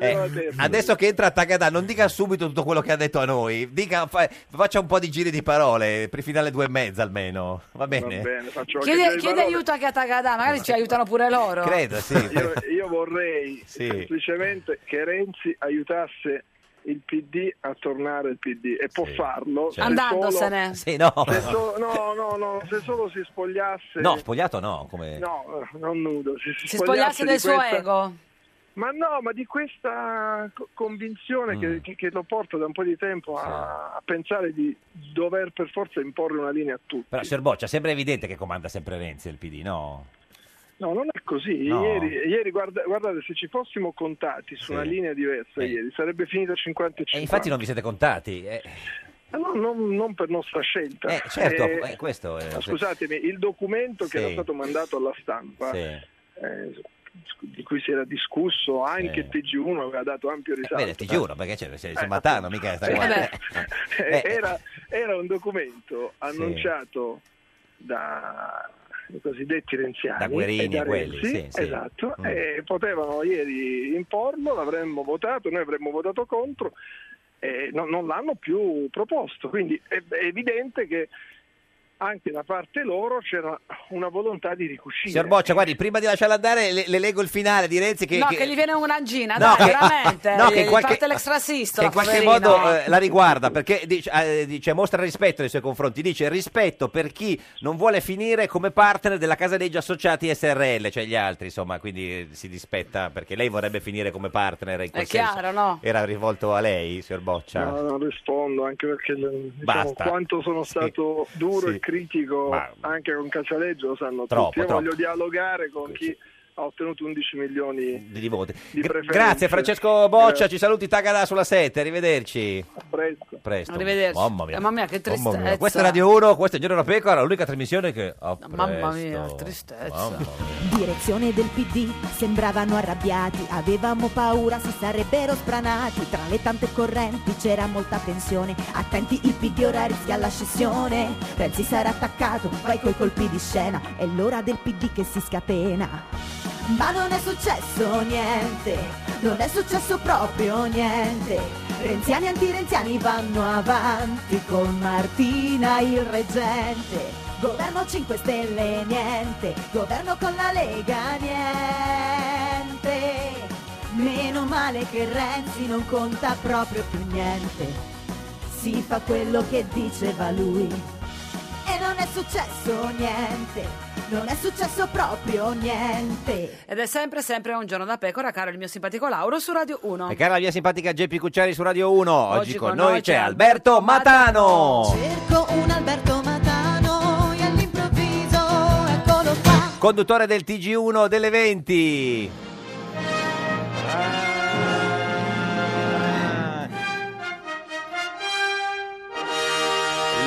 B: eh, adesso che entra Tagada, non dica subito tutto quello che ha detto a noi. Dica, fa- faccia un po' di giri di parole, per finale due e mezza almeno. Va bene?
V: Cioè,
A: Chiedi, chiedi aiuto anche a Tagada, magari ci aiutano pure loro.
B: Credo, sì.
U: Io, io vorrei
B: Sì.
U: semplicemente che Renzi aiutasse il PD a tornare il PD e può farlo se
A: Andandosene.
U: solo-
B: Certo. Sì, no.
U: se solo- no, no, no, se solo si spogliasse
B: No, spogliato no. Come...
U: No, eh, non nudo. Se si,
A: Si spogliasse del
U: di
A: suo
U: questa-
A: ego.
U: Ma no, ma di questa co- convinzione
B: Mm.
U: che, che- che lo porta da un po' di tempo a, a pensare di dover per forza imporre una linea a tutti.
B: Però, signor Boccia, sembra evidente che comanda sempre Renzi il PD, no?
U: No, non è così.
B: No.
U: Ieri, ieri, guarda- guardate, se ci fossimo contati su
B: Sì.
U: una linea diversa ieri, sarebbe finita 50 e 50.
B: E infatti non vi siete contati. eh.
U: Eh, no, non, non per nostra scelta.
B: Eh, certo,
U: Eh,
B: eh, questo è...
U: Scusatemi, il documento che
B: Sì.
U: era stato mandato alla stampa,
B: Sì.
U: eh, di cui si era discusso, anche il TG1 aveva dato ampio risalto.
B: Eh, Bene, ti giuro, perché c'è, c'è, c'è Matano, mica sta qua.
U: Vabbè.
B: esatto. Eh,
U: Eh, era, era un documento annunciato da i cosiddetti renziani
B: Da Guerini
U: e da
B: e quelli,
U: Renzi,
B: sì, sì.
U: esatto
B: Mm.
U: e potevano ieri imporlo l'avremmo votato noi avremmo votato contro e non, non l'hanno più proposto quindi è, è evidente che anche da parte loro c'era una volontà di ricucire
B: Signor Boccia, guardi, prima di lasciarla andare, le, le leggo il finale di Renzi che...
A: no,
B: che-
A: che gli viene un'angina,
B: No,
A: dai,
B: che-
A: veramente.
B: no, che in
A: Gli
B: qualche-
A: parte l'extrasistola,
B: che in qualche
A: poverino.
B: modo eh, la riguarda perché dice, eh, dice, mostra rispetto nei suoi confronti dice rispetto per chi non vuole finire come partner della Casaleggio Associati SRL cioè gli altri insomma quindi eh, si dispetta perché lei vorrebbe finire come partner in quel
A: È chiaro,
B: senso.
A: no?
B: era rivolto a lei signor Boccia
U: No, non rispondo anche perché diciamo,
B: Certo. Basta.
U: quanto sono stato duro
B: sì.
U: e critico
B: Ma-
U: anche con Casaleggio lo sanno
B: Troppo,
U: tutti. Io
B: troppo.
U: voglio dialogare con chi ha ottenuto 11 milioni
B: di voti.
U: di
B: Gra-
U: preferenze.
B: grazie Francesco Boccia
U: Eh,
B: ci saluti Tagada sulla 7 arrivederci
U: presto
B: presto
A: Arrivederci.
B: mamma mia,
A: Eh, mamma mia, che
B: Mamma mia.
A: tristezza.
B: questa è Radio 1 questa è Il Giorno della Pecora l'unica trasmissione che a
A: Mamma mia,
B: presto.
A: tristezza.
B: Mamma mia.
Q: Direzione del PD, sembravano arrabbiati, avevamo paura si sarebbero spranati, tra le tante correnti c'era molta tensione, attenti il PD ora rischia la scissione, Renzi sarà attaccato, vai coi colpi di scena, è l'ora del PD che si scatena. Ma non è successo niente, non è successo proprio niente. Renziani e antirenziani vanno avanti con Martina il reggente. Governo 5 Stelle niente, governo con la Lega niente. Meno male che Renzi non conta proprio più niente. Si fa quello che diceva lui e non è successo niente, non è successo proprio niente.
A: Ed è sempre, sempre un giorno da pecora, caro il mio simpatico Lauro su Radio 1.
B: E cara la mia simpatica Geppi Cucciari su Radio 1, oggi,
A: Oggi
B: con noi c'è Alberto Matano.
Q: Cerco un Alberto Matano e all'improvviso eccolo qua.
B: conduttore del TG1 delle Ah. 20.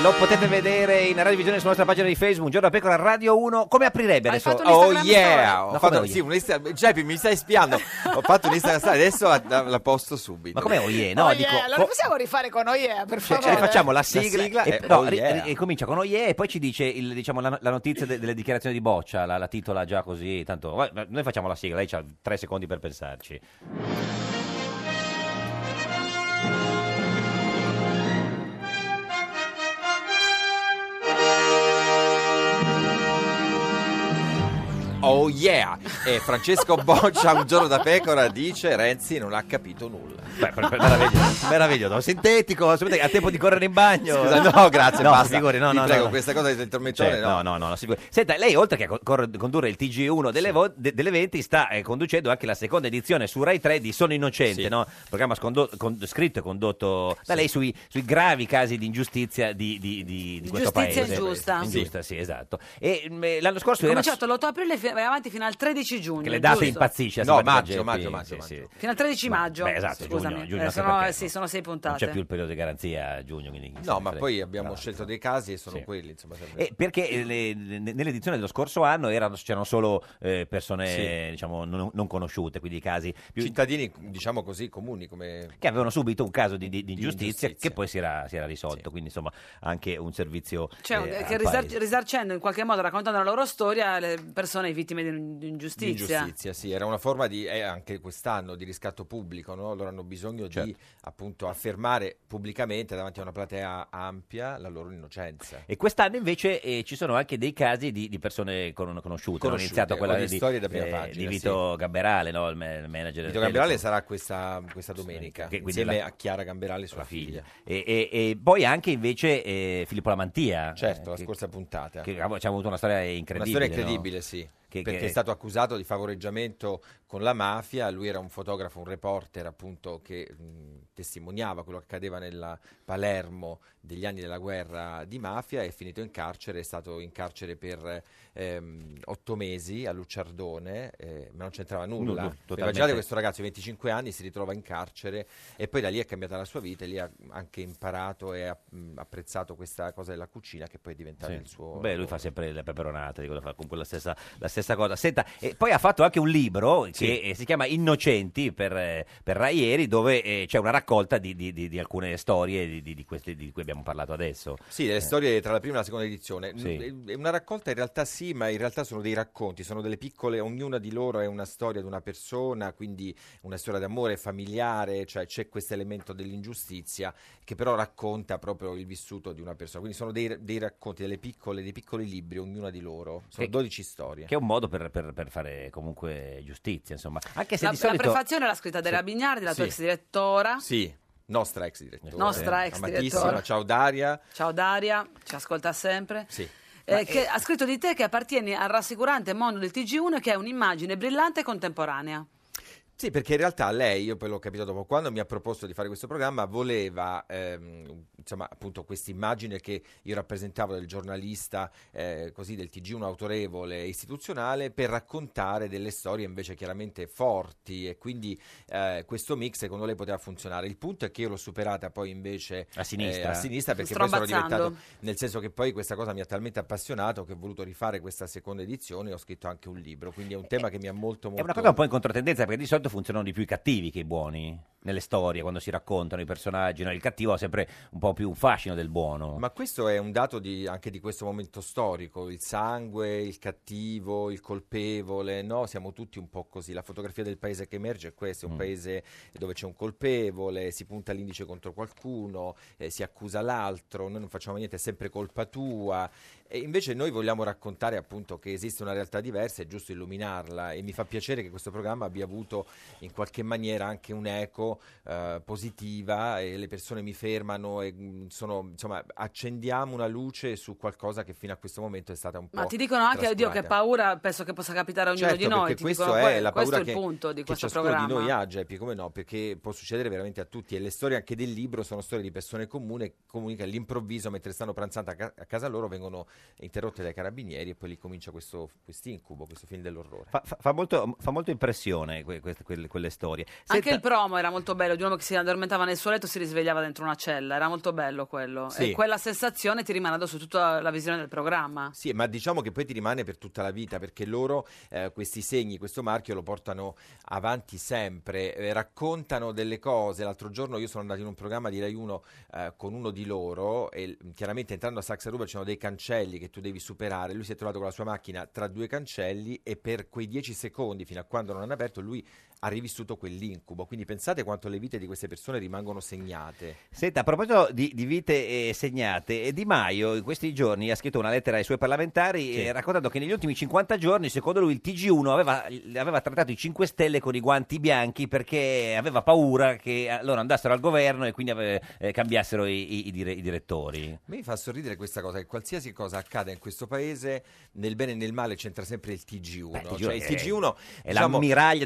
B: Lo potete vedere in radiovisione sulla nostra pagina di Facebook, un giorno da pecora Radio 1. Come aprirebbe adesso?
R: Oh yeah! Ho
B: No,
R: fatto-
B: come oh yeah?
R: sì, un Insta- Geppi, mi stai spiando. Ho fatto un Instagram story, adesso la, la- la posto subito. Ma
B: come oh yeah? No, Oh dico, yeah, allora co-
A: possiamo rifare con OIE, per
B: Cioè,
A: favore?
B: cioè, facciamo la sigla, e,
R: è
B: no,
R: oh
B: ri-
R: yeah.
B: ri- e comincia con oh yeah e poi ci dice il- diciamo, la, la notizia de- delle dichiarazioni di Boccia, la, la titola già così, tanto va- va- noi facciamo la sigla, lei ha tre secondi per pensarci.
R: Oh yeah! E Francesco Boccia, un giorno da pecora, dice Renzi non ha capito nulla.
B: Beh, per- per- meraviglioso, meraviglioso. Sintetico, sapete, ha tempo di correre in bagno.
R: Scusa, no, grazie,
B: no,
R: basta.
B: figuri, no,
R: Ti
B: no,
R: prego,
B: no, no.
R: questa cosa del tormentone,
B: Cioè,
R: no.
B: no, no, no, no, sicuro. Senta, lei oltre che a co- cor- condurre il TG1 delle, vo- de- delle 20 sta eh, conducendo anche la seconda edizione su Rai 3 di Sono Innocente, no? Programma scondo- con- scritto e condotto da lei sui, sui gravi casi di ingiustizia di, di- di- di questo
A: Giustizia
B: paese.
A: ingiusta.
B: Ingiusta, sì, esatto. E mm, eh, l'anno scorso
A: Ho
B: era...
A: cominciato l'8 aprile e fi- vai avanti fino al 13 giugno.
B: Che le date
A: giusto?
B: impazzisce.
R: No,
B: simpatica
R: maggio,
B: gente,
R: maggio, maggio,
B: sì, sì.
A: Fino al 13 maggio.
B: Beh, esatto, giugno,
A: Scusami,
B: giugno
A: eh,
B: anche
A: sono,
B: perché
A: sì, sono sei
B: Non
A: puntate.
B: c'è più il periodo di garanzia a giugno. Quindi chi se
R: No,
B: ne
R: ma
B: frega.
R: poi abbiamo scelto dei casi e sono quelli, insomma. sempre-
B: Eh, perché le- ne- nell'edizione dello scorso anno erano- c'erano solo eh, persone
R: Sì.
B: diciamo, non, non conosciute, quindi casi più-
R: Cittadini, diciamo così, comuni come...
B: che avevano subito un caso di, di- di ingiustizia che poi si era, si era risolto, quindi insomma anche un servizio
A: Cioè,
B: eh, al
A: che risar-
B: paese.
A: risarcendo in qualche modo, raccontando la loro storia, le persone vittime di, un- di
R: Di
A: ingiustizia.
R: ingiustizia, sì, era una forma di, eh, anche quest'anno, di riscatto pubblico, no? loro hanno bisogno
B: Certo.
R: di appunto affermare pubblicamente davanti a una platea ampia la loro innocenza.
B: E quest'anno invece eh, ci sono anche dei casi di, di persone con- conosciute. hanno
R: Conosciute,
B: iniziato quella
R: ho di
B: di, eh,
R: storie da prima
B: di
R: pagina,
B: Vito Gamberale, no? il, ma- il manager
R: Vito
B: del
R: Gamberale
B: Telecom.
R: sarà questa, questa domenica,
B: Eh, Che quindi
R: insieme
B: la-
R: a Chiara Gamberale, sua figlia.
B: E, e- e poi anche invece eh, Filippo Lamantia. Certo, la
R: scorsa puntata.
B: Che ha ci ha avuto una storia
R: Una
B: incredibile.
R: storia
B: no?
R: incredibile, sì.
B: Che-
R: perché
B: che-
R: è stato accusato di favoreggiamento con la mafia, lui era un fotografo, un reporter appunto che mh, testimoniava quello che accadeva nella Palermo degli anni della guerra di mafia, è finito in carcere, è stato in carcere per ehm, otto mesi a Lucciardone, eh, ma non c'entrava
B: Nulla,
R: nulla.
B: totalmente.
R: Immaginate questo ragazzo di 25 anni si ritrova in carcere e poi da lì è cambiata la sua vita e lì ha anche imparato e ha, mh, apprezzato questa cosa della cucina che poi è diventata
B: Sì.
R: il suo...
B: Beh, lui fa sempre le peperonate, dico, fa con quella stessa, la stessa cosa. Senta, e poi ha fatto anche un libro che eh, si chiama Innocenti per, eh, per Raieri, dove eh, c'è una raccolta di, di- di- di alcune storie di, di- di queste di cui abbiamo parlato adesso.
R: Sì, delle
B: Eh,
R: storie tra la prima e la seconda edizione.
B: Sì.
R: Mm, È una raccolta in realtà sì, ma in realtà sono dei racconti, sono delle piccole, ognuna di loro è una storia di una persona, quindi una storia d'amore familiare, cioè c'è questo elemento dell'ingiustizia che però racconta proprio il vissuto di una persona. Quindi sono dei, dei racconti, delle piccole, dei piccoli libri, ognuna di loro. Sono
B: Che-
R: 12 storie.
B: Che è un modo per, per- per fare comunque giustizia, insomma. Anche se
A: La,
B: di
A: la
B: solito...
A: prefazione l'ha scritta Daria Bignardi, la tua
B: Sì.
A: ex direttora.
R: Sì, nostra ex direttora.
A: Ah. Nostra ex
R: Amatissima,
A: direttora.
R: Ciao Daria.
A: Ciao Daria, ci ascolta sempre.
R: Sì.
A: Eh,
R: Ma-
A: che ha scritto di te che appartieni al rassicurante mondo del TG1 che è un'immagine brillante e contemporanea.
R: Sì, perché in realtà lei, io poi l'ho capito dopo, quando mi ha proposto di fare questo programma, voleva, ehm, insomma, appunto questa immagine che io rappresentavo del giornalista, eh, così, del TG1 autorevole e istituzionale, per raccontare delle storie invece chiaramente forti e quindi eh, questo mix secondo lei poteva funzionare. Il punto è che io l'ho superata poi invece eh,
B: A sinistra.
R: a sinistra perché poi sono
B: Strombazzando.
R: diventato, nel senso che poi questa cosa mi ha talmente appassionato che ho voluto rifare questa seconda edizione e ho scritto anche un libro, quindi è un tema che mi ha molto, molto...
B: Eh, È una cosa un po' in controtendenza perché di solito funzionano di più i cattivi che i buoni nelle storie, quando si raccontano i personaggi. no? Il cattivo ha sempre un po' più un fascino del buono.
R: Ma questo è un dato di- anche di questo momento storico, il sangue, il cattivo, il colpevole, no? Siamo tutti un po' così, la fotografia del paese che emerge è questa, è un
B: Mm.
R: paese dove c'è un colpevole, si punta l'indice contro qualcuno, eh, si accusa l'altro, noi non facciamo niente, è sempre colpa tua. E invece noi vogliamo raccontare appunto che esiste una realtà diversa, è giusto illuminarla e mi fa piacere che questo programma abbia avuto in qualche maniera anche un'eco eh, positiva e le persone mi fermano e mh, sono, insomma, accendiamo una luce su qualcosa che fino a questo momento è stata un po'
A: Ma ti dicono anche, oddio, che
R: trascurata.
A: paura penso che possa capitare a ognuno
R: Oh, Certo,
A: di noi.
R: perché
A: Ti
R: questo
A: dicono,
R: è
A: "Que-
R: la
A: questo
R: paura
A: è il
R: che,
A: punto di
R: che
A: questo
R: ciascuno
A: programma.
R: di noi ha, Geppi, come no? Perché può succedere veramente a tutti e le storie anche del libro sono storie di persone comune, comuni che all'improvviso, mentre stanno pranzando a, ca- a casa loro, vengono interrotte dai carabinieri e poi lì comincia questo incubo, questo film dell'orrore.
B: Fa, fa- fa molto, fa molto impressione que- queste- quelle, quelle storie.
A: Anche il promo era molto bello, di un uomo che si addormentava nel suo letto e si risvegliava dentro una cella, era molto bello quello.
R: Sì.
A: E quella sensazione ti rimane addosso tutta la visione del programma.
R: Sì, ma diciamo che poi ti rimane per tutta la vita perché loro eh, questi segni, questo marchio lo portano avanti sempre, eh, raccontano delle cose. L'altro giorno io sono andato in un programma di Rai 1 eh, con uno di loro e l- chiaramente entrando a Saxa Ruba c'erano dei cancelli che tu devi superare. Lui si è trovato con la sua macchina tra due cancelli e per quei 10 secondi fino a quando non hanno aperto lui ha rivissuto quell'incubo. Quindi pensate quanto le vite di queste persone rimangono segnate.
B: Senta, a proposito di, di vite eh, segnate, eh, Di Maio in questi giorni ha scritto una lettera ai suoi parlamentari
R: Sì.
B: eh, raccontando che negli ultimi 50 giorni, secondo lui, il TG1 aveva, aveva trattato i 5 Stelle con i guanti bianchi perché aveva paura che eh, loro andassero al governo e quindi ave- eh, cambiassero i, i- i dire- i direttori.
R: Mi fa sorridere questa cosa, che qualsiasi cosa accada in questo paese, nel bene e nel male c'entra sempre il TG1.
B: Beh, il TG1
R: cioè, il
B: è-
R: TG1
B: è l'ammiraglia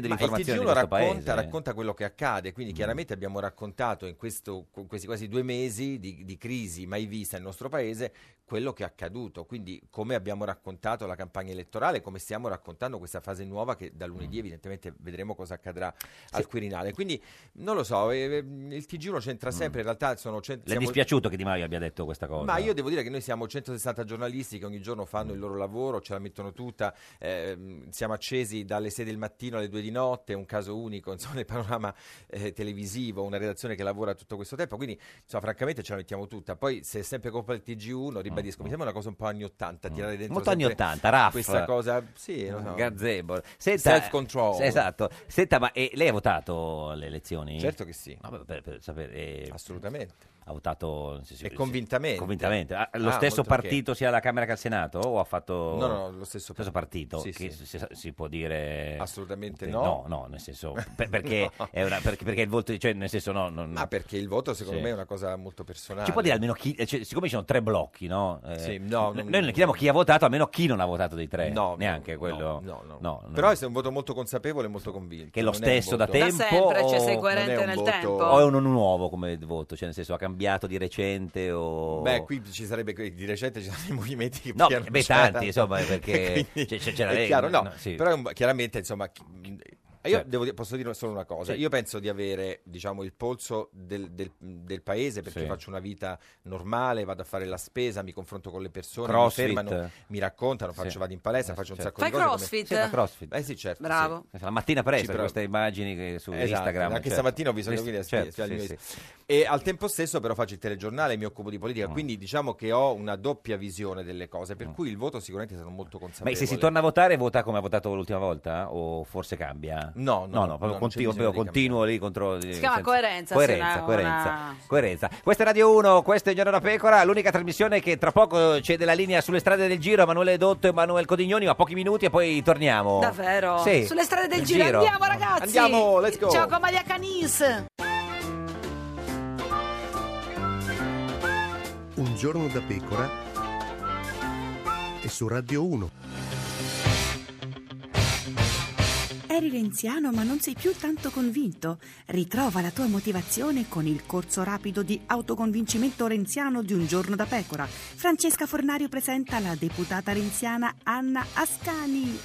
R: diciamo, ma
B: dell'informazione
R: ognuno
B: di questo
R: racconta,
B: paese. Mm.
R: racconta quello che accade, quindi chiaramente abbiamo raccontato in questo- in questi quasi due mesi di, di crisi mai vista nel nostro paese quello che è accaduto, quindi come abbiamo raccontato la campagna elettorale, come stiamo raccontando questa fase nuova che da
B: Mm.
R: lunedì evidentemente vedremo cosa accadrà al Quirinale. Quindi non lo so, eh, eh, il TG1 c'entra sempre, in realtà sono cent-
B: Mm. Le è dispiaciuto che Di Maio abbia detto questa cosa?
R: ma io devo dire che noi siamo 160 giornalisti che ogni giorno fanno il loro lavoro, ce la mettono tutta, ehm, siamo accesi dalle 6 del mattino alle 2 di notte, un caso unico, insomma, nel panorama eh, televisivo, una redazione che lavora tutto questo tempo, quindi insomma, francamente ce la mettiamo tutta. Poi se è sempre colpa del TG1, ribadisco, mi sembra una cosa un po' anni 80, tirare dentro
B: Mm, Molto anni
R: sempre
B: 80, Raff.
R: Questa cosa, sì, lo so.
B: Gazebo.
R: Self control.
B: Sì, Esatto. Senta, ma eh, lei ha votato le elezioni?
R: Certo che sì.
B: No, per- per- per sapere, eh,
R: Assolutamente.
B: Ha votato sì, sì,
R: E
B: sì.
R: convintamente.
B: Convintamente. Ah, lo
R: Ah,
B: stesso
R: oltre che-
B: partito sia alla Camera che al Senato? O ha fatto.
R: No, no, lo stesso
B: partito.
R: Sì,
B: che Si, si può dire.
R: Assolutamente
B: Eh,
R: no.
B: No, no, nel senso. per- perché,
R: No.
B: è una- perché, perché il voto. Cioè, nel senso, no. non-
R: Ma perché il voto secondo
B: Sì.
R: me è una cosa molto personale.
B: Ci può dire almeno chi, eh, cioè, siccome ci sono tre blocchi, no? Eh,
R: Ah, Sì, no,
B: noi
R: non-
B: non chiediamo chi ha votato, almeno chi non ha votato dei tre.
R: No,
B: neanche quello.
R: no, no.
B: No, no.
R: Però è un voto molto consapevole e molto convinto.
B: che è lo
R: non un
B: stesso da
R: voto-
B: tempo. o...
A: cioè, coerente nel tempo?
B: O è uno nuovo come voto, cioè nel senso ha cambiato di recente o...
R: Beh, qui ci sarebbe di recente ci sono i movimenti che
B: No,
R: piano-
B: beh,
R: c'era-
B: tanti, insomma, perché
R: Quindi
B: c'è- c'è- c'è la
R: è
B: Lega,
R: chiaro, no,
B: no, sì.
R: però è un- chiaramente insomma chi- io
B: Certo.
R: devo dire- posso dire solo una cosa,
B: Sì.
R: io penso di avere diciamo, il polso del, del- del paese perché
B: Sì.
R: faccio una vita normale, vado a fare la spesa, mi confronto con le persone,
B: Crossfit.
R: mi fermano, mi raccontano, faccio,
B: Sì.
R: vado in palestra, faccio un
B: Certo.
R: sacco di
A: Fai
R: cose. come-
A: crossfit?
R: Sì, ma
B: crossfit.
R: Eh sì, certo.
A: Bravo.
R: sì.
B: La mattina
R: Ci
B: presto,
R: provo.
B: queste immagini che su
R: Esatto,
B: Instagram.
R: Anche
B: certo.
R: stamattina ho visto le
B: List-
R: guide spiegate,
B: certo, sì,
R: alle
B: sì. Mm.
R: mie- cioè, E al tempo stesso però faccio il telegiornale e mi occupo di politica, quindi diciamo che ho una doppia visione delle cose, per cui il voto sicuramente sarà molto
B: Ma
R: consapevole.
B: se si torna a votare, vota come ha votato l'ultima volta? O forse cambia?
R: No, no,
B: no,
R: no,
B: proprio
R: non c'è
B: continuo,
R: bisogno di
B: continuo lì contro.
A: Si chiama coerenza,
B: coerenza,
A: se no,
B: coerenza,
A: una-
B: coerenza. Questa è Radio 1, questo è Il Giorno da Pecora, l'unica trasmissione che tra poco cede la linea sulle strade del Giro, Emanuele Dotto e Emanuele Codignoni, ma pochi minuti e poi torniamo.
A: Davvero?
B: Oh. Sì.
A: Sulle strade del
B: Il
A: giro. Andiamo ragazzi.
B: Andiamo, let's go.
A: Ciao con Maria Canis.
S: Un giorno da pecora e su Radio 1.
T: Eri renziano ma non sei più tanto convinto? Ritrova la tua motivazione con il corso rapido di autoconvincimento renziano di un giorno da pecora. Francesca Fornario presenta la deputata renziana Anna Ascani.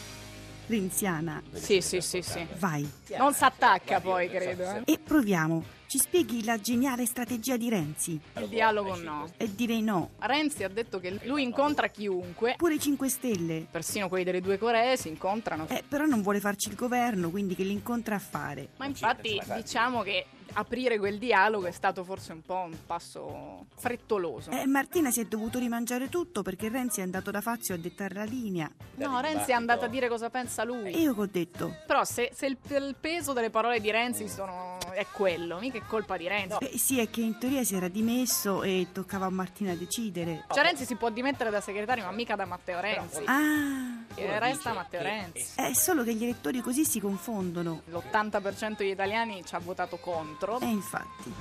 T: Renziana.
M: Sì, sì, sì, sì.
T: Vai.
M: Non s'attacca poi, credo. eh.
T: E proviamo. Ci spieghi la geniale strategia di Renzi?
M: Il dialogo no.
T: E direi no.
M: Renzi ha detto che lui incontra chiunque.
T: Pure i 5 Stelle.
M: Persino quelli delle due Coree si incontrano.
T: Eh, però non vuole farci il governo, quindi che l'incontra a fare.
M: Ma infatti diciamo che aprire quel dialogo è stato forse un po' un passo frettoloso.
T: Eh, Martina si è dovuto rimangiare tutto perché Renzi è andato da Fazio a dettare la linea.
M: No, Renzi è andato a dire cosa pensa
T: E
M: lui.
T: io che ho detto.
M: Però se, se il, il peso delle parole di Renzi sono- è quello, mica è colpa di Renzi.
T: Eh, sì, è che in teoria si era dimesso e toccava a Martina decidere.
M: Cioè Renzi si può dimettere da segretario, ma mica da Matteo Renzi.
T: Ah, Eh,
M: E resta Matteo Renzi.
T: è solo che gli elettori così si confondono.
M: L'80% degli italiani ci ha votato contro.
T: E infatti.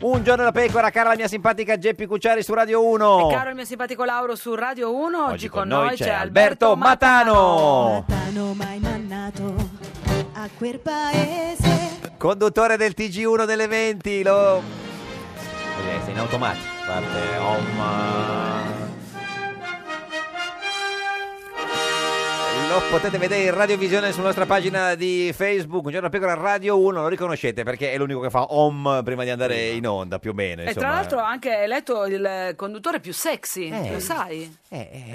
B: Un giorno da pecora, cara la mia simpatica Geppi Cucciari su Radio 1.
A: E caro il mio simpatico Lauro su Radio 1. Oggi,
B: Oh. Oggi con noi c'è Alberto Matano.
D: Matano mai mannato a quel
Q: eh.
D: paese.
B: Conduttore del TG1 delle 20, lo... Cos'è? Sei in automatico. Parte, oh, ma- Lo potete vedere in radiovisione sulla nostra pagina di Facebook, un giorno da pecora Radio 1, lo riconoscete perché è l'unico che fa om prima di andare in onda, più o meno.
A: E
B: insomma.
A: tra l'altro ha anche eletto il conduttore più sexy,
B: Eh.
A: lo sai?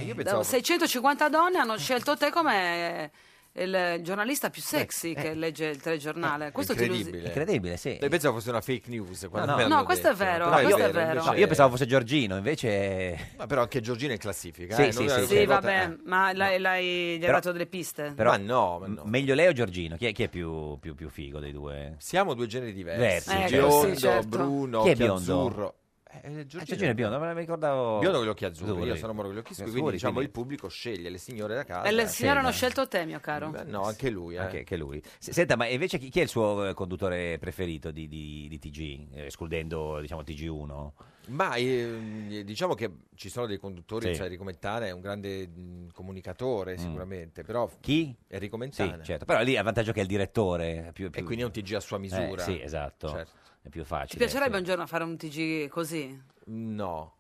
B: io
A: Da 650 donne hanno scelto te come il giornalista più sexy che legge il telegiornale. Questo ti illusi-
R: Incredibile.
B: eh. Incredibile, sì.
R: Io pensavo fosse una fake news. quando
B: No, no.
R: me l'hanno
A: No, questo è
R: detto.
A: vero,
R: Però
A: questo è vero.
R: invece-
B: No, io pensavo fosse Giorgino, invece...
R: Ma però anche Giorgino è in classifica.
B: Sì,
R: eh,
B: sì,
R: non
B: sì,
R: è-
B: sì.
A: Sì, vabbè, ma l'hai, l'hai- gli hai
B: Però-
A: dato delle piste.
B: Però,
R: Ma no,
B: m- meglio lei o Giorgino? Chi è, chi è più, più- più figo dei due?
R: Siamo due generi diversi.
B: Diversi,
R: Eh,
B: certo.
R: Biondo, Bruno,
B: Chi è biondo?
R: Chiazzurro. Eh, Giorgina,
B: Giorgina Biondo, me la ricordavo.
R: Biondo con gli occhi azzurri,
B: Azzurri.
R: io sono Mauro con gli occhi azzurri,
B: Azzurri,
R: quindi diciamo
B: quindi-
R: il pubblico sceglie le signore da casa.
A: E le signore hanno scelto te, mio caro.
R: Beh, no, anche lui. eh.
B: Anche, anche lui. S- Senta, ma invece chi, chi è il suo eh, conduttore preferito di, di- di TG, eh, escludendo diciamo TG1?
R: Ma ehm, diciamo che ci sono dei conduttori,
B: Sì.
R: cioè Enrico Mentana è un grande mh, comunicatore
B: Mm.
R: sicuramente, però...
B: Chi?
R: Enrico
B: Sì,
R: Mentana.
B: certo, però lì ha vantaggio che è il direttore. Più, più-
R: E quindi è un TG a sua misura.
B: Eh, sì, esatto.
R: Certo.
B: È più
A: Ci
B: facile.
A: piacerebbe un giorno fare un TG così?
R: No.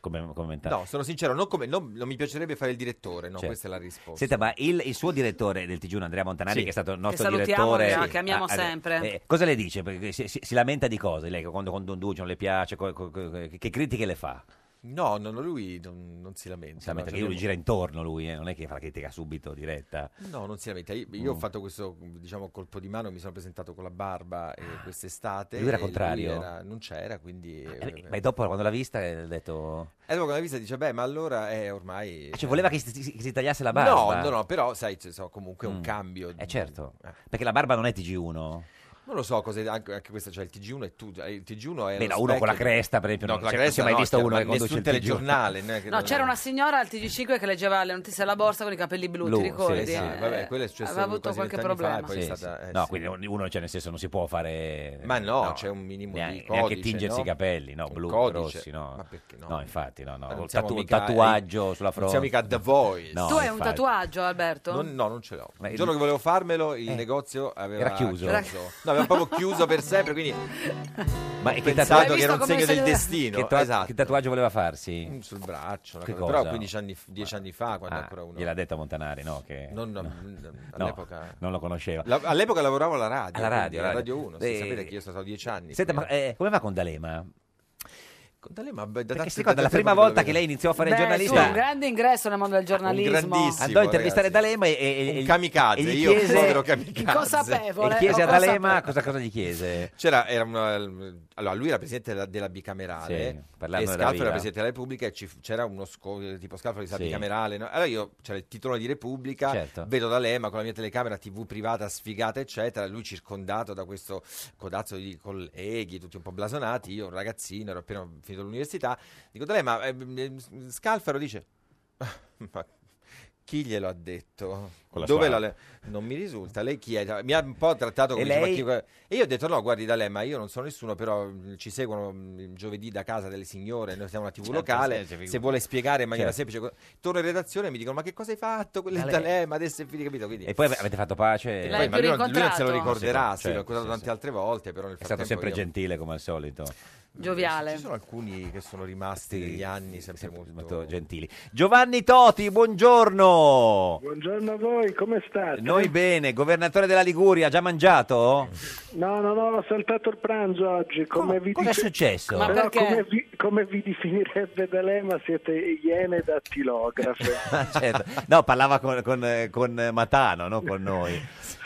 B: Come, come Mentana.
R: No, sono sincero, non, come- non- non mi piacerebbe fare il direttore, no,
B: Certo.
R: questa è la risposta.
B: Senta, ma il, il suo direttore del TG1, Andrea Montanari,
R: Sì.
B: che è stato il
R: Che
B: nostro
A: salutiamo,
B: direttore, Ah,
A: che- che amiamo sempre.
B: eh, cosa le dice? Perché si, si- si lamenta di cose lei quando conduce, non le piace, co- co- co- eh, che critiche le fa?
R: No, no, no, lui non, non si lamenta.
B: Sa,
R: no,
B: perché
R: cioè,
B: lui
R: abbiamo-
B: gira intorno, lui, eh, non è che fa la critica subito diretta. Eh,
R: No, non si lamenta. Io, io
B: Mm.
R: ho fatto questo diciamo, colpo di mano, mi sono presentato con la barba eh, quest'estate.
B: Ah. Lui era
R: e
B: contrario?
R: era- non c'era, quindi...
B: Eh, Ma dopo, quando l'ha vista, eh, ha detto.
R: E dopo con la vista dice, beh, ma allora è ormai...
B: Ah, Cioè, voleva che si, si- si tagliasse la barba.
R: Eh, No, no, no, però sai, c'è so, comunque un
B: Mm.
R: cambio.
B: Eh, certo. Perché la barba non è TG1.
R: Non lo so, cose, anche, anche questa, cioè il TG1 è tutto. Il TG1 è
B: Beh,
R: lo
B: no, uno con la
R: specchio-
B: cresta, per esempio,
R: No,
B: non-
R: con la
B: cioè, non si
R: cresta
B: è mai
R: no,
B: visto
R: cioè,
B: uno
R: ma
B: che conduce
R: nessun
B: il TG1.
R: telegiornale. non è che-
A: No, c'era una signora al TG5 che leggeva le notizie alla borsa con i capelli blu,
B: Blu,
A: ti ricordi?
B: sì, sì.
A: Eh,
R: Vabbè, quello è successo
A: Aveva avuto
R: quasi
A: qualche
R: vent'anni fa,
A: problema.
R: poi è
B: Sì,
R: stata-
B: sì.
R: eh,
B: no,
R: sì.
B: quindi uno, cioè, nel senso, non si può fare.
R: Ma no, c'è un minimo
B: neanche,
R: di
B: neanche
R: codice,
B: tingersi
R: no?
B: i capelli, no,
R: Un
B: blu,
R: codice.
B: rossi, no.
R: Ma perché no?
B: infatti, no, no.
R: Ma non
B: col
R: siamo
B: tatu-
R: mica-
B: tatuaggio sulla
R: non
B: fronte.
R: siamo mica The Voice.
B: No,
A: tu hai un
B: infatti.
A: tatuaggio, Alberto?
R: Non- no, non ce l'ho.
B: Ma
R: il
B: il-
R: giorno che volevo farmelo, il
B: Eh,
R: negozio aveva
B: era chiuso. Era-
R: No, aveva proprio chiuso per sempre. Quindi
B: Ma
R: ho
B: che
R: pensato
B: tatuaggio
R: che era un segno del destino.
B: Che, tatua-
R: esatto.
B: che tatuaggio voleva farsi?
R: Mm, Sul braccio, una
B: Che
R: cosa-
B: cosa?
R: però 15 anni, 10 anni fa, quando
B: Ah,
R: ancora uno.
B: Gliel'ha detto a Montanari, no? Che...
R: Non-
B: no.
R: non-
B: No,
R: all'epoca-
B: non lo conosceva.
R: La- all'epoca lavoravo alla radio,
B: Alla radio,
R: quindi, alla
B: radio.
R: radio 1. se
B: Eh,
R: sapete che io sono stato 10 anni.
B: Senta, ma eh, come va con D'Alema?
R: Con D'Alema, beh, da
B: Perché
R: tante-
B: si ricorda
R: da
B: la
R: tante
B: prima
R: volte
B: volta
R: lo
B: che
R: vedo.
B: lei iniziò a fare il
A: Beh, tu, un
B: giornalista.
A: grande ingresso nel mondo del giornalismo.
B: Andò a intervistare D'Alema e, e, e-
R: Un kamikaze,
B: e gli
R: io,
B: chiese,
R: povero kamikaze.
A: Inconsapevole,
B: E chiese a
A: ho
B: D'Alema cosa, cosa gli chiese.
R: C'era, era una- allora, lui era presidente della, della bicamerale
B: Sì,
R: e
B: parlavano della
R: Scalfaro
B: Riva.
R: era presidente della Repubblica e ci fu- c'era uno scoglio tipo Scalfaro di
B: Sì.
R: bicamerale. no? Allora io c'era il titolo di Repubblica,
B: Certo.
R: vedo D'Alema con la mia telecamera TV privata sfigata, eccetera. Lui circondato da questo codazzo di colleghi, tutti un po' blasonati. Io, un ragazzino, ero appena finito l'università. Dico, D'Alema, ehm, ehm, Scalfaro dice. Ma chi glielo ha detto?
B: Con la
R: Dove
B: sua-
R: l'ha le- Non mi risulta. Lei chi è? Mi ha un po' trattato come
B: E
R: dice, ma
B: lei-
R: chi- e io ho detto: No, guardi, D'Alema, io non sono nessuno, però mh, ci seguono mh, giovedì da casa delle signore. Noi siamo una TV
B: Certo,
R: locale.
B: sì, sì, figurati.
R: Se vuole spiegare in maniera
B: Certo.
R: semplice, co- torno in redazione e mi dicono: Ma che cosa hai fatto? Quello è
B: D'Alema.
R: D'Alema, adesso è finito, capito? Quindi-
B: E poi avete fatto pace.
R: E poi, ma lui, non- lui non se lo ricorderà, sì,
B: Certo,
R: l'ho incontrato
B: sì,
R: tante
B: sì.
R: altre volte. Però nel
B: È stato
R: frattempo
B: sempre
R: io-
B: gentile come al solito.
A: Gioviale.
R: Ci sono alcuni che sono rimasti negli anni sempre molto.
B: Molto gentili. Giovanni Toti, buongiorno.
V: Buongiorno a voi, come state?
B: Noi bene, governatore della Liguria, ha già mangiato?
V: No, no, no, ho saltato il pranzo oggi. Come vi
B: Cosa è successo?
V: Però
B: Ma perché?
V: Come, vi, come vi definirebbe D'Alema siete iene dattilografe.
B: Ah, certo. No, parlava con, con, eh, con Matano, non con noi.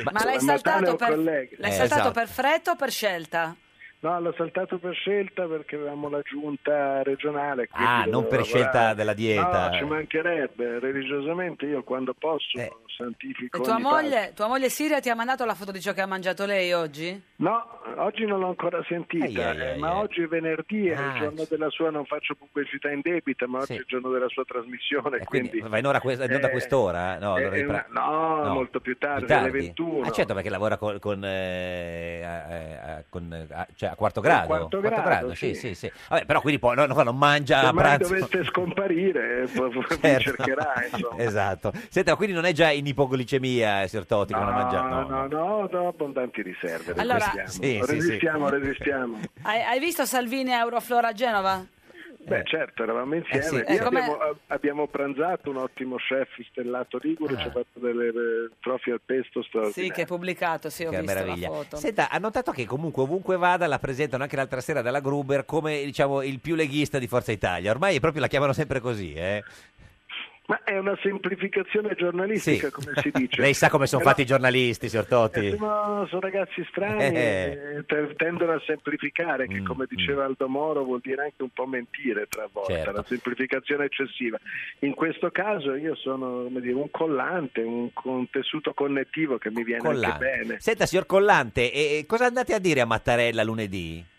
A: Ma
V: Natale
A: l'hai
V: è
A: saltato,
V: un
A: per,
V: collega.
A: l'hai
B: Eh,
A: saltato
B: esatto.
A: per fretta o per scelta?
V: No, l'ho saltato per scelta perché avevamo la giunta regionale. quindi
B: Ah, non
V: dovevo
B: per
V: lavorare.
B: scelta della dieta.
V: No, ci mancherebbe. Religiosamente io quando posso
B: Eh.
V: santifico
A: E tua
V: ogni pagina.
A: moglie, tua moglie Siria ti ha mandato la foto di ciò che ha mangiato lei oggi?
V: No, oggi non l'ho ancora sentita,
B: Ai, ai,
V: eh,
B: ai,
V: ma
B: ai.
V: oggi è venerdì, è
B: Ah,
V: il giorno della sua, non faccio pubblicità in debita, ma oggi
B: Sì. Eh,
V: è il giorno della sua trasmissione,
B: Quindi,
V: quindi...
B: va in ora questa, in onda a
V: eh,
B: quest'ora? No,
V: eh,
B: allora
V: eh,
B: ripra-
V: no, molto più tardi, alle 21.
B: Ah, certo, perché lavora con, con, eh, a- a- a- con, eh, a- cioè, a quarto grado.
V: quarto grado,
B: sì,
V: sì.
B: sì, sì. Vabbè, però quindi poi no, no, non mangia
V: Se
B: a
V: mai
B: pranzo.
V: dovesse scomparire, eh, po- po- mi
B: Certo.
V: cercherà, insomma.
B: Esatto. Senta, ma quindi non è già in ipoglicemia, eh, signor Totti, che non ha mangiato?
V: No, no, no, no, abbondanti riserve.
A: Allora-
V: resistiamo,
B: Sì, sì, sì.
V: resistiamo, resistiamo.
A: Hai, hai visto Salvini a Euroflora a Genova?
V: Beh, certo, eravamo insieme.
B: Eh. sì.
V: Io
A: Eh, come-
V: abbiamo, a- abbiamo pranzato un ottimo chef stellato Ligure, ci ha fatto delle eh, trofie al pesto
A: Sì,
V: straordinarie.
A: che è pubblicato, sì, ho
B: Ah. Che
A: visto
B: meraviglia.
A: la foto.
B: Senta, ha notato che comunque ovunque vada la presentano anche l'altra sera dalla Gruber come diciamo il più leghista di Forza Italia. Ormai proprio la chiamano sempre così, eh.
V: Ma è una semplificazione giornalistica, come si dice.
B: Lei sa come sono
V: Però-
B: fatti i giornalisti, signor
V: Eh,
B: Totti.
V: sono, sono ragazzi strani
B: Eh. Mm,
V: eh, te- tendono a semplificare, che come diceva Aldo Moro vuol dire anche un po' mentire travolta,
B: Certo.
V: la semplificazione eccessiva. In questo caso io sono come dire, un collante, un, un tessuto connettivo che mi viene anche
B: Collante.
V: bene.
B: Senta, signor Collante, e- e cosa andate a dire a Mattarella lunedì?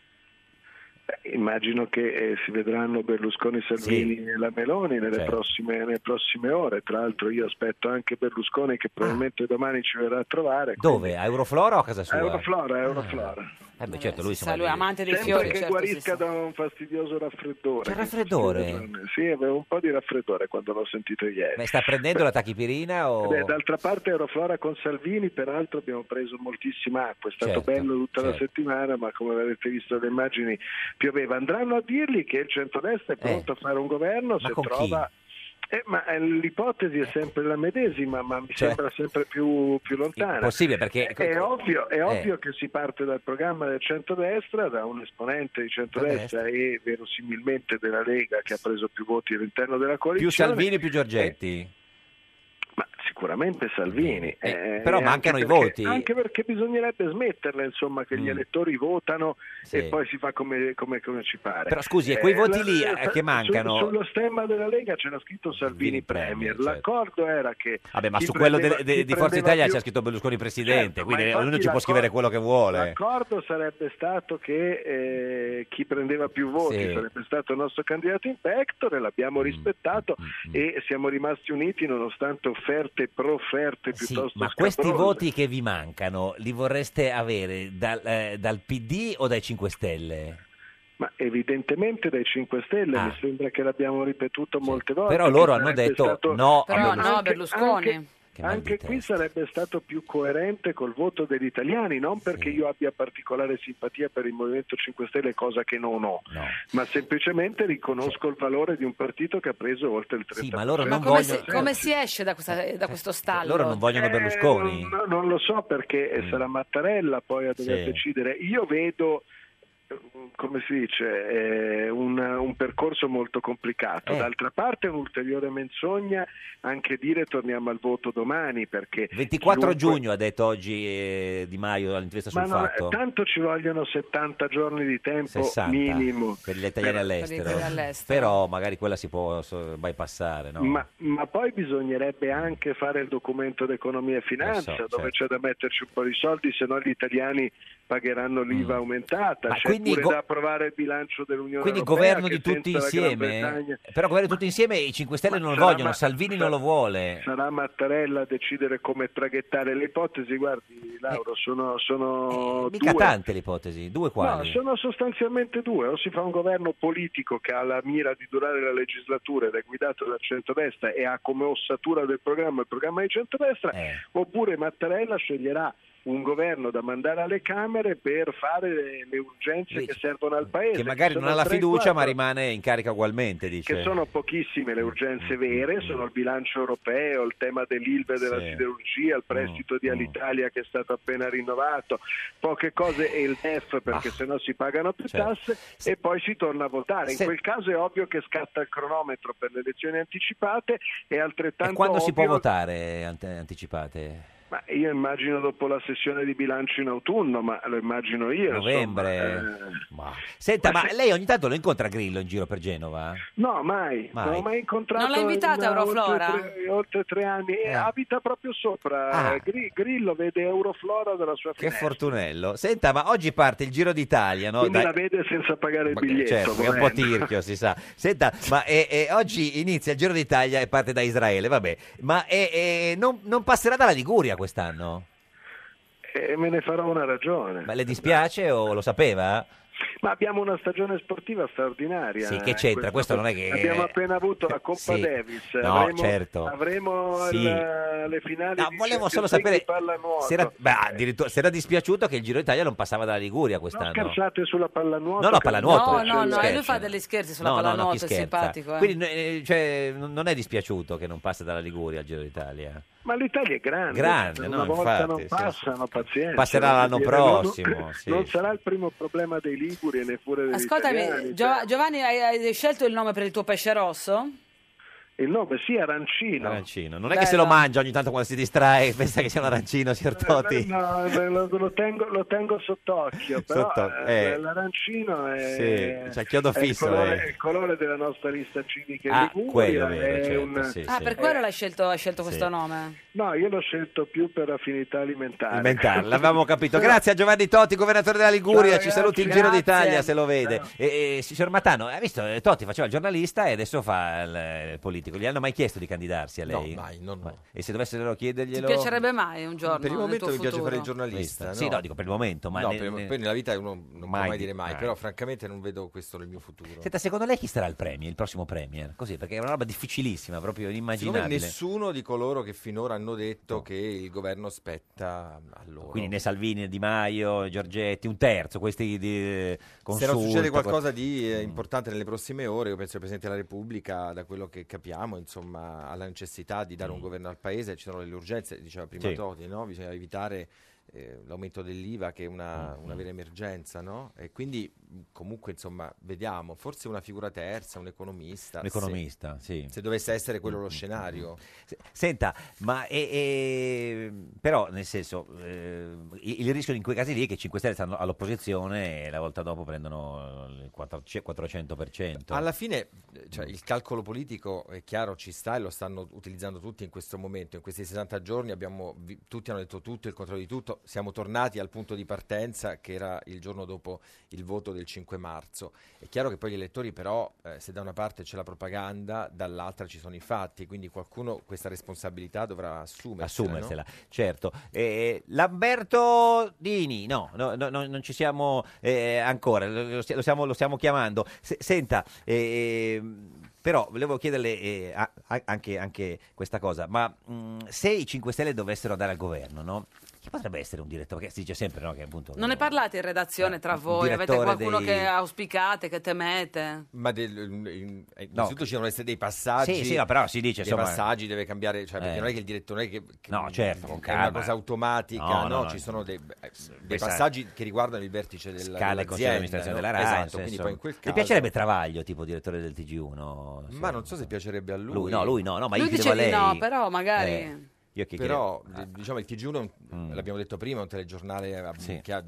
V: Immagino che eh, si vedranno Berlusconi, Salvini
B: Sì.
V: e la Meloni nelle,
B: Certo.
V: prossime, nelle prossime ore. Tra l'altro io aspetto anche Berlusconi che probabilmente domani ci verrà a trovare.
B: Ah. Dove? A Euroflora o a casa sua?
V: Euroflora, Euroflora.
B: Eh beh, certo, lui
A: sa, lui è amante dei
V: Sempre
A: fiori,
V: che
A: certo,
V: guarisca
A: sì, sì.
V: da un fastidioso raffreddore.
B: C'è il raffreddore?
V: Sì, avevo un po' di raffreddore quando l'ho sentito ieri.
B: Ma sta prendendo la tachipirina o...
V: Beh, d'altra parte Euroflora con Salvini, peraltro abbiamo preso moltissima acqua, è stato
B: Certo,
V: bello tutta la
B: certo.
V: settimana, ma come avete visto le immagini pioveva. Andranno a dirgli che il centrodestra è pronto a fare un governo
B: Eh. Ma
V: se
B: con chi?
V: trova... Eh, ma eh, l'ipotesi è sempre la medesima, ma mi
B: Cioè-
V: sembra sempre più, più lontana.
B: Possibile perché...
V: È ovvio, è
B: Eh.
V: ovvio che si parte dal programma del centrodestra, da un esponente di centrodestra e verosimilmente della Lega che ha preso più voti all'interno della
B: Più
V: coalizione.
B: Salvini più Giorgetti.
V: Sicuramente Salvini. eh,
B: però
V: e
B: mancano
V: anche
B: i
V: perché-
B: voti. Mm.
V: Anche perché bisognerebbe smetterla, insomma, che gli elettori votano
B: Sì.
V: e poi si fa come, come- come ci pare.
B: Però, scusi, e quei voti lì,
V: la-
B: eh, che mancano? certo.
V: su- sullo stemma della Lega c'era scritto Salvini Premier. L'accordo era che.
B: Vabbè, ma
V: chi
B: su quello
V: prendeva-
B: de- de-
V: chi
B: di Forza
V: prendeva
B: Italia
V: più-
B: c'è scritto Berlusconi presidente,
V: Certo,
B: quindi
V: ma
B: ognuno
V: infatti
B: ci può scrivere quello che vuole.
V: L'accordo sarebbe stato che eh, chi prendeva più voti
B: Sì. Mm,
V: sarebbe stato il nostro candidato in pectore, l'abbiamo rispettato e siamo rimasti uniti nonostante offerte e profferte
B: Sì,
V: piuttosto
B: ma questi
V: scabrose.
B: voti che vi mancano li vorreste avere dal, eh, dal PD o dai 5 Stelle?
V: Ma evidentemente dai 5 Stelle, mi sembra che l'abbiamo ripetuto molte volte.
B: Ah. Però loro
V: che
B: hanno
V: sarebbe
B: detto
V: stato-
B: no a
A: Però no,
B: Berlusconi.
A: Berlusconi.
V: anche-
B: Che mal di
V: Anche qui sarebbe stato più coerente col voto degli italiani, non perché io abbia particolare simpatia per il Movimento 5 Stelle, cosa che non ho, ma semplicemente riconosco il valore di un partito che ha preso oltre il 30%.
B: ma loro
A: Ma come, si,
F: Eh.
A: come si esce da, questa- da questo stallo?
B: Eh, Loro non vogliono Berlusconi?
V: No, eh, non lo so perché eh, sarà Mattarella poi a dover
B: Mm. Sì.
V: decidere. Io vedo eh, come si dice, eh, un, un percorso molto complicato.
B: Eh.
V: D'altra parte è un'ulteriore menzogna anche dire torniamo al voto domani perché
B: 24
V: chiunque-
B: giugno ha detto oggi eh, Di Maio all'intervista sul
V: Ma no, eh,
B: fatto.
V: tanto ci vogliono 70 giorni di tempo
B: 60
V: minimo.
B: per gli italiani
V: Per-
B: all'estero.
V: per gli italiani all'estero.
B: Però magari quella si può so, bypassare, no?
V: Ma, ma poi bisognerebbe anche fare il documento d'economia e finanza,
B: Lo so, certo.
V: dove c'è da metterci un po' di soldi, se no gli italiani pagheranno l'IVA aumentata.
B: Mm. Ma
V: c'è
B: quindi
V: pure
B: go-
V: da approvare il bilancio dell'Unione
B: Quindi
V: Europea.
B: governo
V: che
B: di tutti
V: senza la Gran
B: insieme?
V: Bretagna-
B: Però governo di tutti insieme i 5 Stelle non lo
V: sarà
B: vogliono,
V: ma-
B: Salvini non lo vuole.
V: Sarà Mattarella a decidere come traghettare le ipotesi. Guardi, Lauro, sono, sono
B: Eh, Mica
V: due.
B: tante le ipotesi, due
V: No,
B: quali?
V: sono sostanzialmente due. O si fa un governo politico che ha la mira di durare la legislatura ed è guidato dal centrodestra e ha come ossatura del programma il programma di centrodestra,
B: Eh.
V: oppure Mattarella sceglierà un governo da mandare alle Camere per fare le, le urgenze che servono al Paese.
B: che magari
V: sono
B: non ha la
V: tre,
B: fiducia ma
V: quattro,
B: rimane in carica ugualmente, dice.
V: Che sono pochissime le urgenze
B: Mm.
V: vere, sono il bilancio europeo, il tema dell'ILVE e della
B: Sì. Mm,
V: siderurgia, il prestito di Alitalia che è stato appena rinnovato, poche cose e il DEF perché sennò si pagano più
B: Ah. certo.
V: tasse e poi si torna a votare. In
B: Se-
V: quel caso è ovvio che scatta il cronometro per le elezioni anticipate e altrettanto
B: E quando si può
V: ovvio-
B: votare ante- anticipate?
V: Ma io immagino dopo la sessione di bilancio in autunno, ma lo immagino io. insomma.
B: Novembre?
V: Eh,
B: Ma- Senta, ma
V: se-
B: lei ogni tanto lo incontra Grillo in giro per Genova?
V: No, mai,
B: Mai.
V: non l'ho mai incontrato.
A: Non l'ha invitata
V: in, eh,
A: Euroflora?
V: Oltre tre, oltre tre anni, e abita proprio sopra.
B: Eh. Ah.
V: Gri- Grillo vede Euroflora dalla sua
B: Che
V: finestra.
B: fortunello. Senta, ma oggi parte il Giro d'Italia, no?
V: Quindi
B: Dai-
V: la vede senza pagare il
B: Ma-
V: biglietto.
B: certo, che è un po'
V: volendo.
B: tirchio, si sa. Senta, ma eh, eh, oggi inizia il Giro d'Italia e parte da Israele, vabbè. Ma eh, eh, non, non passerà dalla Liguria quest'anno?
V: E me ne farò una ragione.
B: Ma le dispiace o lo sapeva?
V: Ma abbiamo una stagione sportiva straordinaria. eh,
B: Sì, che c'entra?
V: In
B: Questo non è che-
V: Abbiamo appena avuto la Coppa
B: Sì.
V: Davis.
B: No,
V: avremo,
B: certo.
V: Avremo
B: Sì.
V: il- le finali
B: No,
V: di
B: volevo
V: Champions
B: solo
V: League
B: sapere
V: di pallanuoto.
B: se era, beh, addirittura, se era dispiaciuto che il Giro d'Italia non passava dalla Liguria
V: Non
B: quest'anno.
V: scherzate sulla pallanuoto.
B: No, no,
V: che-
B: pallanuoto.
A: No, no, no,
B: Scherzo.
A: e lui fa degli scherzi sulla
B: No, no,
A: pallanuoto,
B: no, chi
A: è
B: scherza?
A: simpatico. eh.
B: Quindi eh, cioè, non non è dispiaciuto che non passa dalla Liguria al Giro d'Italia.
V: Ma l'Italia è grande,
B: Grande,
V: una
B: no,
V: volta
B: infatti,
V: non
B: sì,
V: passano, pazienza.
B: Passerà
V: voglio
B: l'anno
V: dire,
B: prossimo,
V: Non,
B: sì,
V: non
B: sì.
V: sarà il primo problema dei Liguri e neppure degli
A: Ascoltami,
V: italiani.
A: Giova- Giovanni, hai, hai scelto il nome per il tuo pesce rosso?
V: Il nome Eh, sì, arancino.
B: Arancino. Non è che se lo
V: Bella.
B: mangia ogni tanto quando si distrae, pensa che sia un arancino, signor
V: Eh,
B: Totti.
V: No, eh, lo, lo tengo, lo tengo sott'occhio, però
B: Sotto-
V: eh,
B: eh.
V: l'arancino è,
B: Sì, c'ha il chiodo
V: è
B: fisso,
V: il colore,
B: eh.
V: è il colore della nostra lista civica
B: Ah,
V: in Liguria.
B: quello vero,
V: è
B: certo,
V: un-
B: sì,
A: Ah, per quello l'hai scelto, hai scelto questo nome?
V: No, io l'ho scelto più per affinità alimentare.
R: Ah,
B: Mentale, l'avevamo capito. Grazie a Giovanni Totti, governatore della Liguria.
V: Ciao,
B: Ci saluti il
V: ragazzi.
B: Giro
V: Grazie.
B: d'Italia se lo vede. E, e, signor Matano, hai visto? eh, Totti faceva il giornalista e adesso fa il, il politico. Gli hanno mai chiesto di candidarsi a lei?
R: No, mai,
B: E se dovessero
A: Ti
B: chiederglielo?
A: piacerebbe mai un giorno?
R: per il
A: nel
R: momento
A: tuo
R: mi piace
A: futuro?
R: fare il giornalista.
B: Sì, no, dico per il momento, ma
R: No,
B: ne-
R: per il mo-
B: ne-
R: poi nella vita uno non può
B: Mai
R: mai
B: di-
R: dire mai,
B: mai.
R: però francamente non vedo questo nel mio futuro.
B: Senta, secondo lei chi sarà il premier, il prossimo premier? Così, perché è una roba difficilissima, proprio
R: Secondo me
B: inimmaginabile.
R: nessuno di coloro che finora hanno detto che il governo spetta a loro.
B: Quindi né Salvini, né Di Maio, Giorgetti, un terzo, questi di
R: Se non succede
B: Consulta,
R: qualcosa di
B: Mm.
R: eh, importante nelle prossime ore, io penso che il Presidente della Repubblica, da quello che capiamo, insomma, ha la necessità di dare un governo al Paese, ci sono le urgenze, diceva prima
B: Mm. Sì.
R: Toti, no? bisogna evitare eh, l'aumento dell'IVA che è una,
B: Mm.
R: una vera emergenza, no? E quindi mh, comunque, insomma, vediamo, forse una figura terza, un economista.
B: Un
R: se-
B: economista, sì. Mm,
R: Se dovesse essere quello lo scenario.
B: Senta, ma e- e- però nel senso, eh, il il rischio in quei casi lì è che i 5 Stelle stanno all'opposizione e la volta dopo prendono il 4 400%.
R: Alla fine eh, cioè, il calcolo politico è chiaro, ci sta e lo stanno utilizzando tutti in questo momento. In questi 60 giorni abbiamo vi- tutti hanno detto tutto, il contrario di tutto. Siamo tornati al punto di partenza che era il giorno dopo il voto del 5 marzo. È chiaro che poi gli elettori però, eh, se da una parte c'è la propaganda, dall'altra ci sono i fatti, quindi qualcuno questa responsabilità dovrà assumersela.
B: assumersela, certo. Eh, Lamberto Dini, no, no, no, no, non ci siamo eh, ancora, lo, lo stia- lo stiamo, lo stiamo chiamando. Se- senta, eh, però volevo chiederle eh, a- a- anche, anche questa cosa, ma mh, se i 5 Stelle dovessero andare al governo, no? Chi potrebbe essere un direttore? Perché si dice sempre no, che appunto...
A: Non ne parlate in redazione tra
B: un
A: voi? Avete
B: direttore
A: qualcuno
B: dei-
A: che auspicate, che temete?
R: Ma del, mm, in- eh, innanzitutto ci devono essere dei passaggi.
B: Sì, sì, no, però si dice,
R: Dei
B: insomma-
R: passaggi deve cambiare, cioè, perché
B: Eh.
R: non è che il direttore non è che, che-
B: No, certo, con
R: è una
B: calma.
R: cosa automatica,
B: No,
R: no?
B: no, no.
R: ci sono dei, eh, dei
B: Questa-
R: passaggi che riguardano il vertice del
B: Scala e consiglio di amministrazione della RAI. nel
R: Esatto, quindi
B: senso-
R: poi in quel caso Diciamo
B: Le piacerebbe Travaglio, tipo direttore del TG1?
R: Ma non so se piacerebbe a lui.
B: Lui, no, lui no, no, ma
A: Lui
B: io
A: dice
B: chiedevo a
A: di
B: lei.
A: no, però magari...
B: Eh, io che
R: Però d- diciamo il TG1 è un- l'abbiamo detto prima, è un telegiornale eh,
B: Mm. Sì.
R: che ha-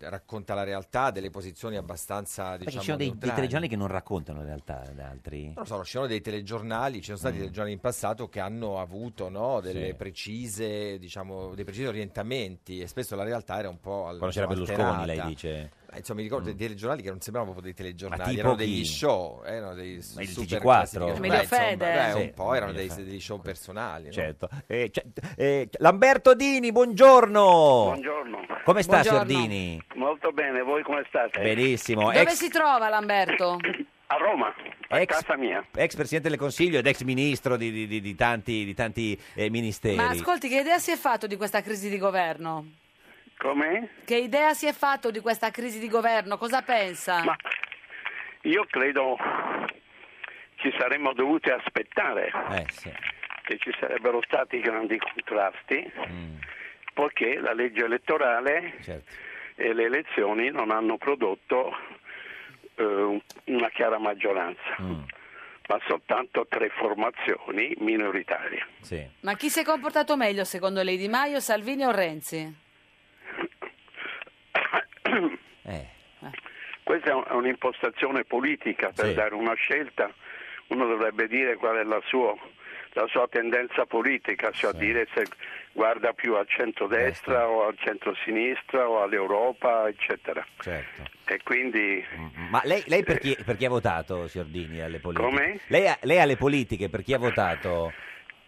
R: racconta la realtà delle posizioni abbastanza
B: Perché
R: diciamo
B: ci sono dei, dei
R: neutrali.
B: telegiornali che non raccontano in realtà ad altri.
R: Non lo so, ci sono dei telegiornali, ci sono stati
B: Mm.
R: telegiornali in passato che hanno avuto no, delle
B: Sì.
R: precise, diciamo, dei precisi orientamenti e spesso la realtà era un po' al,
B: Quando c'era
R: diciamo,
B: Berlusconi,
R: alterata.
B: lei dice.
R: Ma, insomma, mi ricordo
B: Mm.
R: dei telegiornali che non sembravano proprio dei
B: Ma
R: telegiornali,
B: tipo
R: erano degli
B: chi?
R: show, erano dei
B: Ma il
R: super
B: TG4?
R: classificatori.
B: Emilio
R: Beh, insomma,
B: Fede.
R: beh,
B: Sì,
R: un po' erano dei,
B: Emilio Fede.
R: degli show personali. no?
B: Certo. Eh, c'è- eh, Lamberto Dini, buongiorno.
F: Buongiorno.
B: Come sta, signor
F: Buongiorno. Eh,
B: Dini?
F: Molto bene, voi come state?
B: Benissimo.
A: Dove
B: Ex,
A: si trova Lamberto?
F: A Roma, a
B: Ex-
F: casa mia.
B: ex presidente del Consiglio ed ex ministro di, di- di- di tanti, di tanti, eh, ministeri.
A: Ma ascolti, che idea si è fatto di questa crisi di governo?
F: Come?
A: Che idea si è fatto di questa crisi di governo? Cosa pensa?
F: Io credo ci saremmo dovuti aspettare
B: Eh, sì.
F: che ci sarebbero stati grandi contrasti, poiché la legge elettorale
B: Mm. Certo.
F: e le elezioni non hanno prodotto eh, una chiara maggioranza,
B: Mm.
F: ma soltanto tre formazioni minoritarie.
A: Ma chi si è comportato meglio secondo lei, Di Maio, Salvini o Renzi?
F: Questa è un- è un'impostazione politica per
E: Sì.
F: dare una scelta, uno dovrebbe dire qual è la sua, la sua tendenza politica, cioè dire se guarda più al centrodestra o al centrosinistra o all'Europa, eccetera.
B: Certo.
F: E quindi
B: Mm, Ma lei, lei per, chi, per chi ha votato, signor Dini, alle politiche?
F: Come?
B: Lei, ha- lei alle politiche per chi ha votato?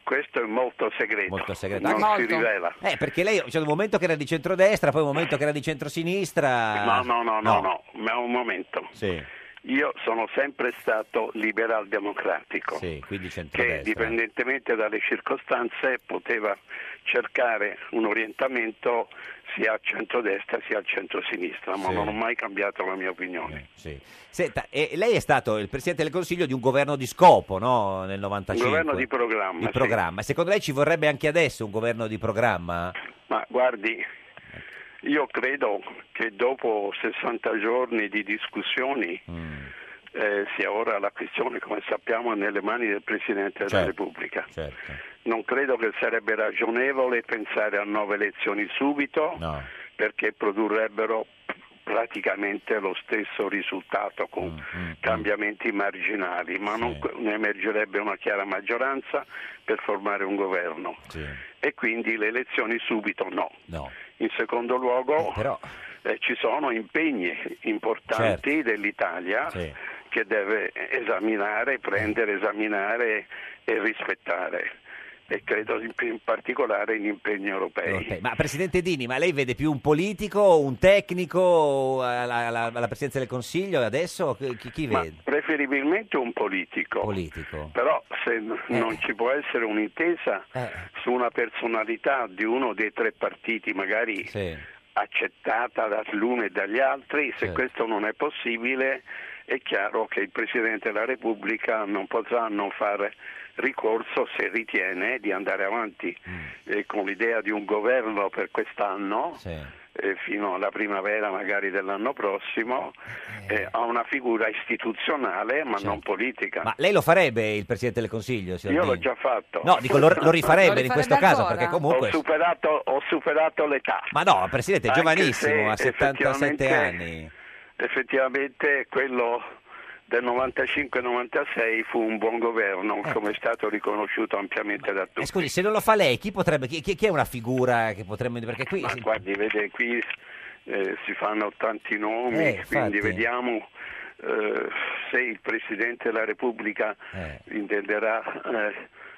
F: questo è molto segreto,
B: Molto segreto.
F: non
B: Anche-
F: si rivela.
B: Eh, perché lei c'è un momento che era di centrodestra, poi un momento che era di centrosinistra.
F: No, no, no, no, no, ma un momento.
B: Ah, Sì,
F: Io sono sempre stato liberal democratico.
B: sì, quindi
F: Ecco. che
B: centrodestra.
F: dipendentemente dalle circostanze poteva cercare un orientamento sia a centrodestra sia a centrosinistra, ma
B: Sì. Eh,
F: non ho mai cambiato la mia opinione.
B: Sì. Senta, e lei è stato il presidente del Consiglio di un governo di scopo, no? Nel
F: Un
B: 95.
F: governo di programma,
B: Di
F: sì.
B: programma. Secondo lei ci vorrebbe anche adesso un governo di programma?
F: ma
B: Eh.
F: guardi, io credo che dopo 60 giorni di discussioni eh, sia ora la questione, come sappiamo, è nelle mani del Presidente della
E: Certo.
F: Repubblica. Non credo che sarebbe ragionevole pensare a nuove elezioni subito perché produrrebbero praticamente lo stesso risultato con cambiamenti marginali, ma non ne emergerebbe una chiara maggioranza per formare un governo e quindi le elezioni subito no.
B: No.
F: In secondo luogo eh, ci sono impegni importanti dell'Italia che deve esaminare, prendere, esaminare e rispettare e credo in, in particolare gli impegni europei.
B: Eh, Ma Presidente Dini, ma lei vede più un politico, un tecnico alla, alla- alla presidenza del Consiglio adesso? Chi, chi
F: Ma
B: vede?
F: preferibilmente un politico. Eh. Però se n- non ci può essere un'intesa su una personalità di uno dei tre partiti, magari accettata dall'uno e dagli altri, se
B: Certo.
F: questo non è possibile è chiaro che il Presidente della Repubblica non potrà non fare ricorso se ritiene di andare avanti
B: Mm.
F: eh, con l'idea di un governo per quest'anno eh, fino alla primavera magari dell'anno prossimo eh, a una figura istituzionale ma non politica.
B: Certo. Ma lei lo farebbe il Presidente del Consiglio? signor
F: Io l'ho
B: Dini?
F: già fatto.
B: No, dico, lo- lo rifarebbe in questo caso, perché comunque-
F: Ho superato, ho superato l'età.
B: Ma no, Presidente, è
F: Anche
B: giovanissimo,
F: se
B: ha 77
F: effettivamente-
B: anni.
F: Effettivamente quello del 95-96 fu un buon governo, come è stato riconosciuto ampiamente da tutti.
B: Eh, scusi, se non lo fa lei, chi potrebbe, chi, chi- chi è una figura che potremmo... Perché qui...
F: Ma
B: si-
F: guardi, vede, qui eh, si fanno tanti nomi,
B: Eh,
F: quindi
B: infatti.
F: vediamo eh, se il Presidente della Repubblica
B: Eh.
F: intenderà eh,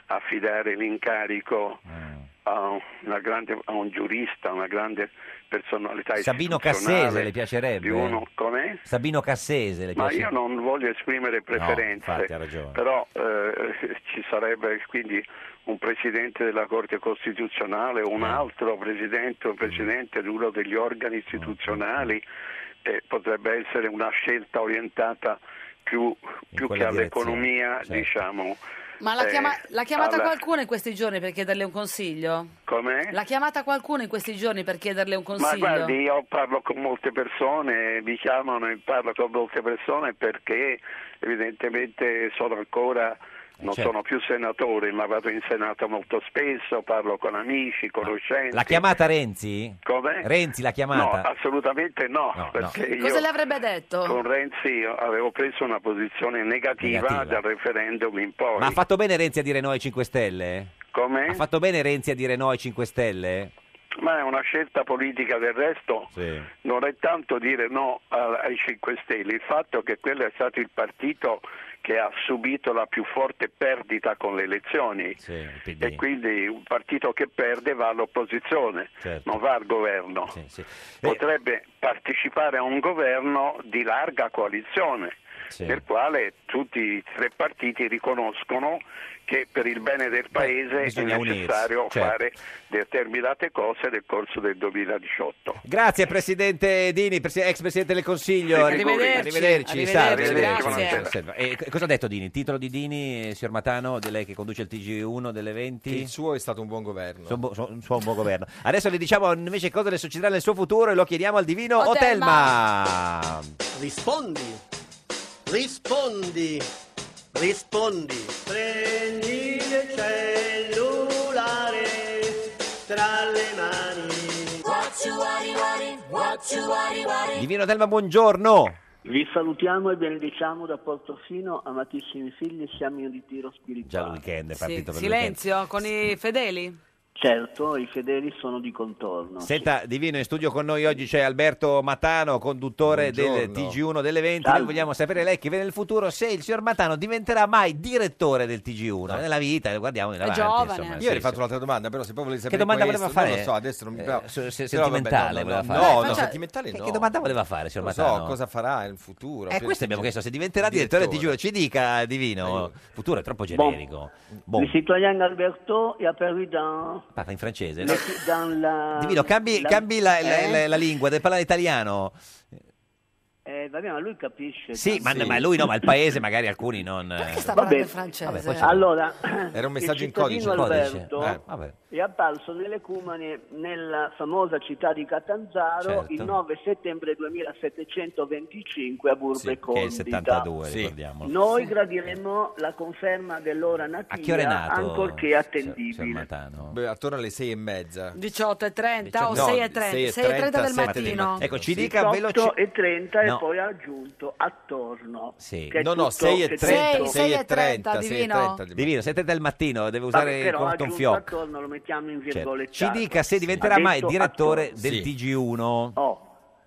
F: affidare l'incarico
B: Mm.
F: a, una grande- a un giurista, a una grande personalità
B: Sabino
F: istituzionale,
B: Cassese le piacerebbe? eh.
F: Di uno, com'è?
B: Sabino Cassese le
F: Ma
B: piacerebbe?
F: io non voglio esprimere preferenze,
B: infatti, ha ragione.
F: però eh, ci sarebbe quindi un presidente della Corte Costituzionale, un
B: Eh.
F: altro presidente, un presidente di uno degli
B: Mm.
F: organi istituzionali, eh, potrebbe essere una scelta orientata più, più che
B: quella
F: all'economia,
B: direzione, certo.
F: diciamo.
A: Ma l'ha,
F: eh,
A: chiama- l'ha chiamata
F: alla-
A: qualcuno in questi giorni per chiederle un consiglio?
F: Com'è?
A: L'ha chiamata qualcuno in questi giorni per chiederle un
F: Eh? Ma
A: consiglio?
F: guardi, io parlo con molte persone, mi chiamano e parlo con molte persone perché evidentemente sono ancora, non
B: certo.
F: sono più senatore, ma vado in Senato molto spesso, parlo con amici, conoscenti.
B: L'ha chiamata Renzi?
F: Com'è?
B: Renzi l'ha chiamata?
F: No, assolutamente no, perché io
A: Cosa le avrebbe detto?
F: con Renzi avevo preso una posizione negativa,
B: Negativa.
F: dal referendum in poi. Eh?
B: Ma ha fatto bene Renzi a dire no ai 5 Stelle?
F: Come?
B: Ha fatto bene Renzi a dire no ai 5 Stelle?
F: Ma è una scelta politica del resto, non è tanto dire no a- ai 5 Stelle, il fatto che quello è stato il partito che ha subito la più forte perdita con le elezioni e quindi un partito che perde va all'opposizione,
B: Certo.
F: non va al governo. Potrebbe partecipare a un governo di larga coalizione. Nel quale tutti i tre partiti riconoscono che per il bene del paese è
B: bisogna unirsi,
F: necessario
B: certo.
F: fare determinate cose nel corso del 2018.
B: Grazie Presidente Dini, presi- ex Presidente del Consiglio.
F: Sì,
B: Arri-
F: arrivederci.
B: Arrivederci,
F: Arrivederci,
B: salve,
F: grazie.
B: buonasera, buonasera. E c- cosa ha detto Dini? Il titolo di Dini, eh, signor Matano, di lei che conduce il TG1 delle 20?
R: Il suo è stato un buon governo.
B: Sono bu- sono- sono un buon governo. Adesso le diciamo invece cosa le succederà nel suo futuro e lo chiediamo al divino
G: Otelma.
B: Otelma.
G: Rispondi, rispondi, rispondi. Prendi il cellulare tra le mani. What you worry, worry, what you worry, worry.
B: Divino Otelma, buongiorno.
W: Vi salutiamo e benediciamo da Portofino, amatissimi figli, siamo in ritiro spirituale.
B: Già il weekend è
W: Sì,
B: partito per il weekend.
A: Silenzio con i fedeli?
W: Certo, i fedeli sono di contorno.
B: Senta, Divino, in studio con noi oggi c'è Alberto Matano, conduttore del
W: Buongiorno.
B: TG1 delle 20.
W: Salve.
B: Noi vogliamo sapere lei che vede nel futuro se il signor Matano diventerà mai direttore del TG1 nella vita, lo guardiamo in avanti. insomma,
R: Io
B: sì,
R: avrei
B: sì.
R: fatto un'altra domanda, però se poi volete sapere
B: Che domanda
R: questo,
B: voleva
R: Non
B: fare?
R: lo so, adesso non mi
B: Eh,
R: però-
B: se- se-
R: però vabbè,
B: sentimentale
R: no, no,
B: voleva
R: no,
B: fare.
R: No,
B: Faccia-
R: no, sentimentale
B: che-
R: no.
B: che domanda voleva fare, signor
R: Non so
B: Matano?
R: cosa farà in futuro.
B: Eh, questo abbiamo chiesto, se diventerà direttore, del TG1, ci dica
R: Boh.
B: Divino, futuro è troppo
W: Boh.
B: generico. Bon.
W: Les citoyens Alberto et apparu dans,
B: Parla in francese. no?
W: le- dans la...
B: Divino, cambi,
W: la-
B: cambi la, la-
W: Eh?
B: la- la lingua, deve parlare italiano.
W: Eh, vabbè, ma lui capisce.
B: Sì, ma, ma lui no, ma il paese magari alcuni non... Perché
W: sta parlando in francese? Allora,
B: Era un
W: il cittadino Alberto
B: Eh,
W: è apparso nelle Cumane nella famosa città di Catanzaro
B: Certo.
W: il 9 settembre 2725 a Burbe
B: Sì, che è il
W: Condita.
B: 72, ricordiamolo.
W: Noi gradiremo la conferma dell'ora nativa,
R: che ora è nato,
W: ancorché attendibile.
R: Beh, attorno alle sei e mezza.
A: 18 e 30 o
R: No,
A: 6 e 30, 6 e 30 del mattino.
R: Ecco, ci dica veloci-
W: 8 e 30
R: No.
W: e poi ha aggiunto attorno.
B: Sì.
W: che è
R: No, no,
W: tutto
R: 6 e 30,
W: 700.
R: 6 e 30, 6 e 30.
B: Divino, 7 del mattino, deve
W: Vabbè,
B: usare
W: però
B: con,
W: aggiunto
B: con Eh, fiocco.
W: attorno lo mettiamo in
B: Certo.
W: virgolette.
B: Ci dica se diventerà mai direttore del
W: Sì.
B: TG1.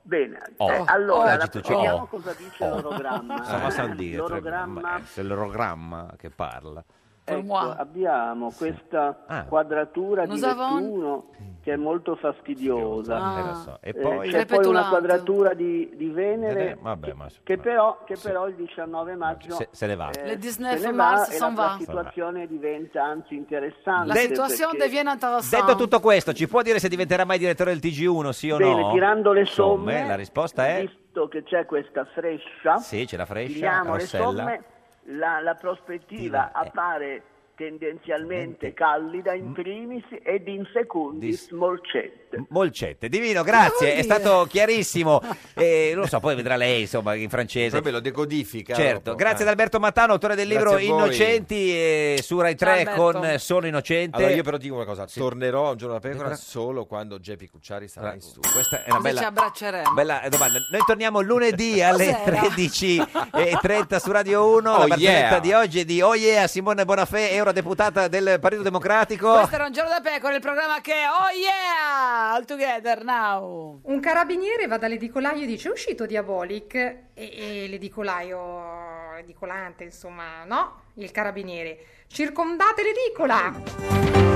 W: Bene,
B: Oh.
W: eh, allora
B: Oh.
W: la-
B: Agito, c'è-
W: vediamo
B: oh.
W: cosa dice Eh,
B: Oh.
W: l'orogramma.
B: Cosa possono dire?
W: Ah, L'orogramma,
B: È l'orogramma che parla.
W: ecco, abbiamo questa
B: Ah.
W: quadratura di
A: Nous avons-
W: Nettuno che è molto fastidiosa.
B: Ah. Eh, lo so. E poi- Eh,
W: c'è poi una
A: Ripetulante.
W: quadratura di, di Venere
B: Vabbè, ma
W: che però, che però il 19 maggio
B: se- se ne va.
W: eh,
A: Le
W: se
A: 19
W: ne
A: mars
W: va e
A: s'en
W: la
A: va.
W: situazione diventa anzi interessante
A: La situazione
W: perché-
A: diviene
B: Detto
A: interessante.
B: tutto questo, ci può dire se diventerà mai direttore del TG1, sì o
W: Bene,
B: no? eh,
W: tirando le somme,
B: la risposta è
W: visto che c'è questa frescia
B: sì, c'è la Frescia,
W: Vediamo le
B: Rossella. eh.
W: somme, la, la prospettiva appare tendenzialmente callida
B: Mm.
W: in primis ed in secundis molcente.
B: Molcette, divino, grazie, è stato chiarissimo. Eh, non lo so, poi vedrà lei, insomma, in francese.
R: Poi ve lo decodifica.
B: Certo,
R: dopo.
B: grazie
R: Eh.
B: ad Alberto Mattano, autore del
R: Grazie
B: libro
R: a voi.
B: Innocenti eh, su Rai 3
R: Ciao, Alberto.
B: con eh, Sono Innocente.
R: Allora io però dico una cosa, tornerò un giorno da pecora
B: Pecora? Ah.
R: solo quando Geppi Cucciari sarà in studio.
B: Questa è
A: Cosa
B: una bella,
A: ci abbracceremo?
B: bella domanda. Noi torniamo lunedì alle
A: Cos'era?
B: 13.30 su Radio 1. la
R: Oh,
B: barzelletta
R: yeah.
B: di oggi è di Oh yeah, Simone Bonafè, eurodeputata del Partito Democratico.
A: Questo era un giorno da pecora, il programma che è Oh yeah! All together now!
E: Un carabiniere va dall'edicolaio e dice: È uscito Diabolic? E, e l'edicolaio, l'edicolante, insomma, no? Il carabiniere: Circondate l'edicola!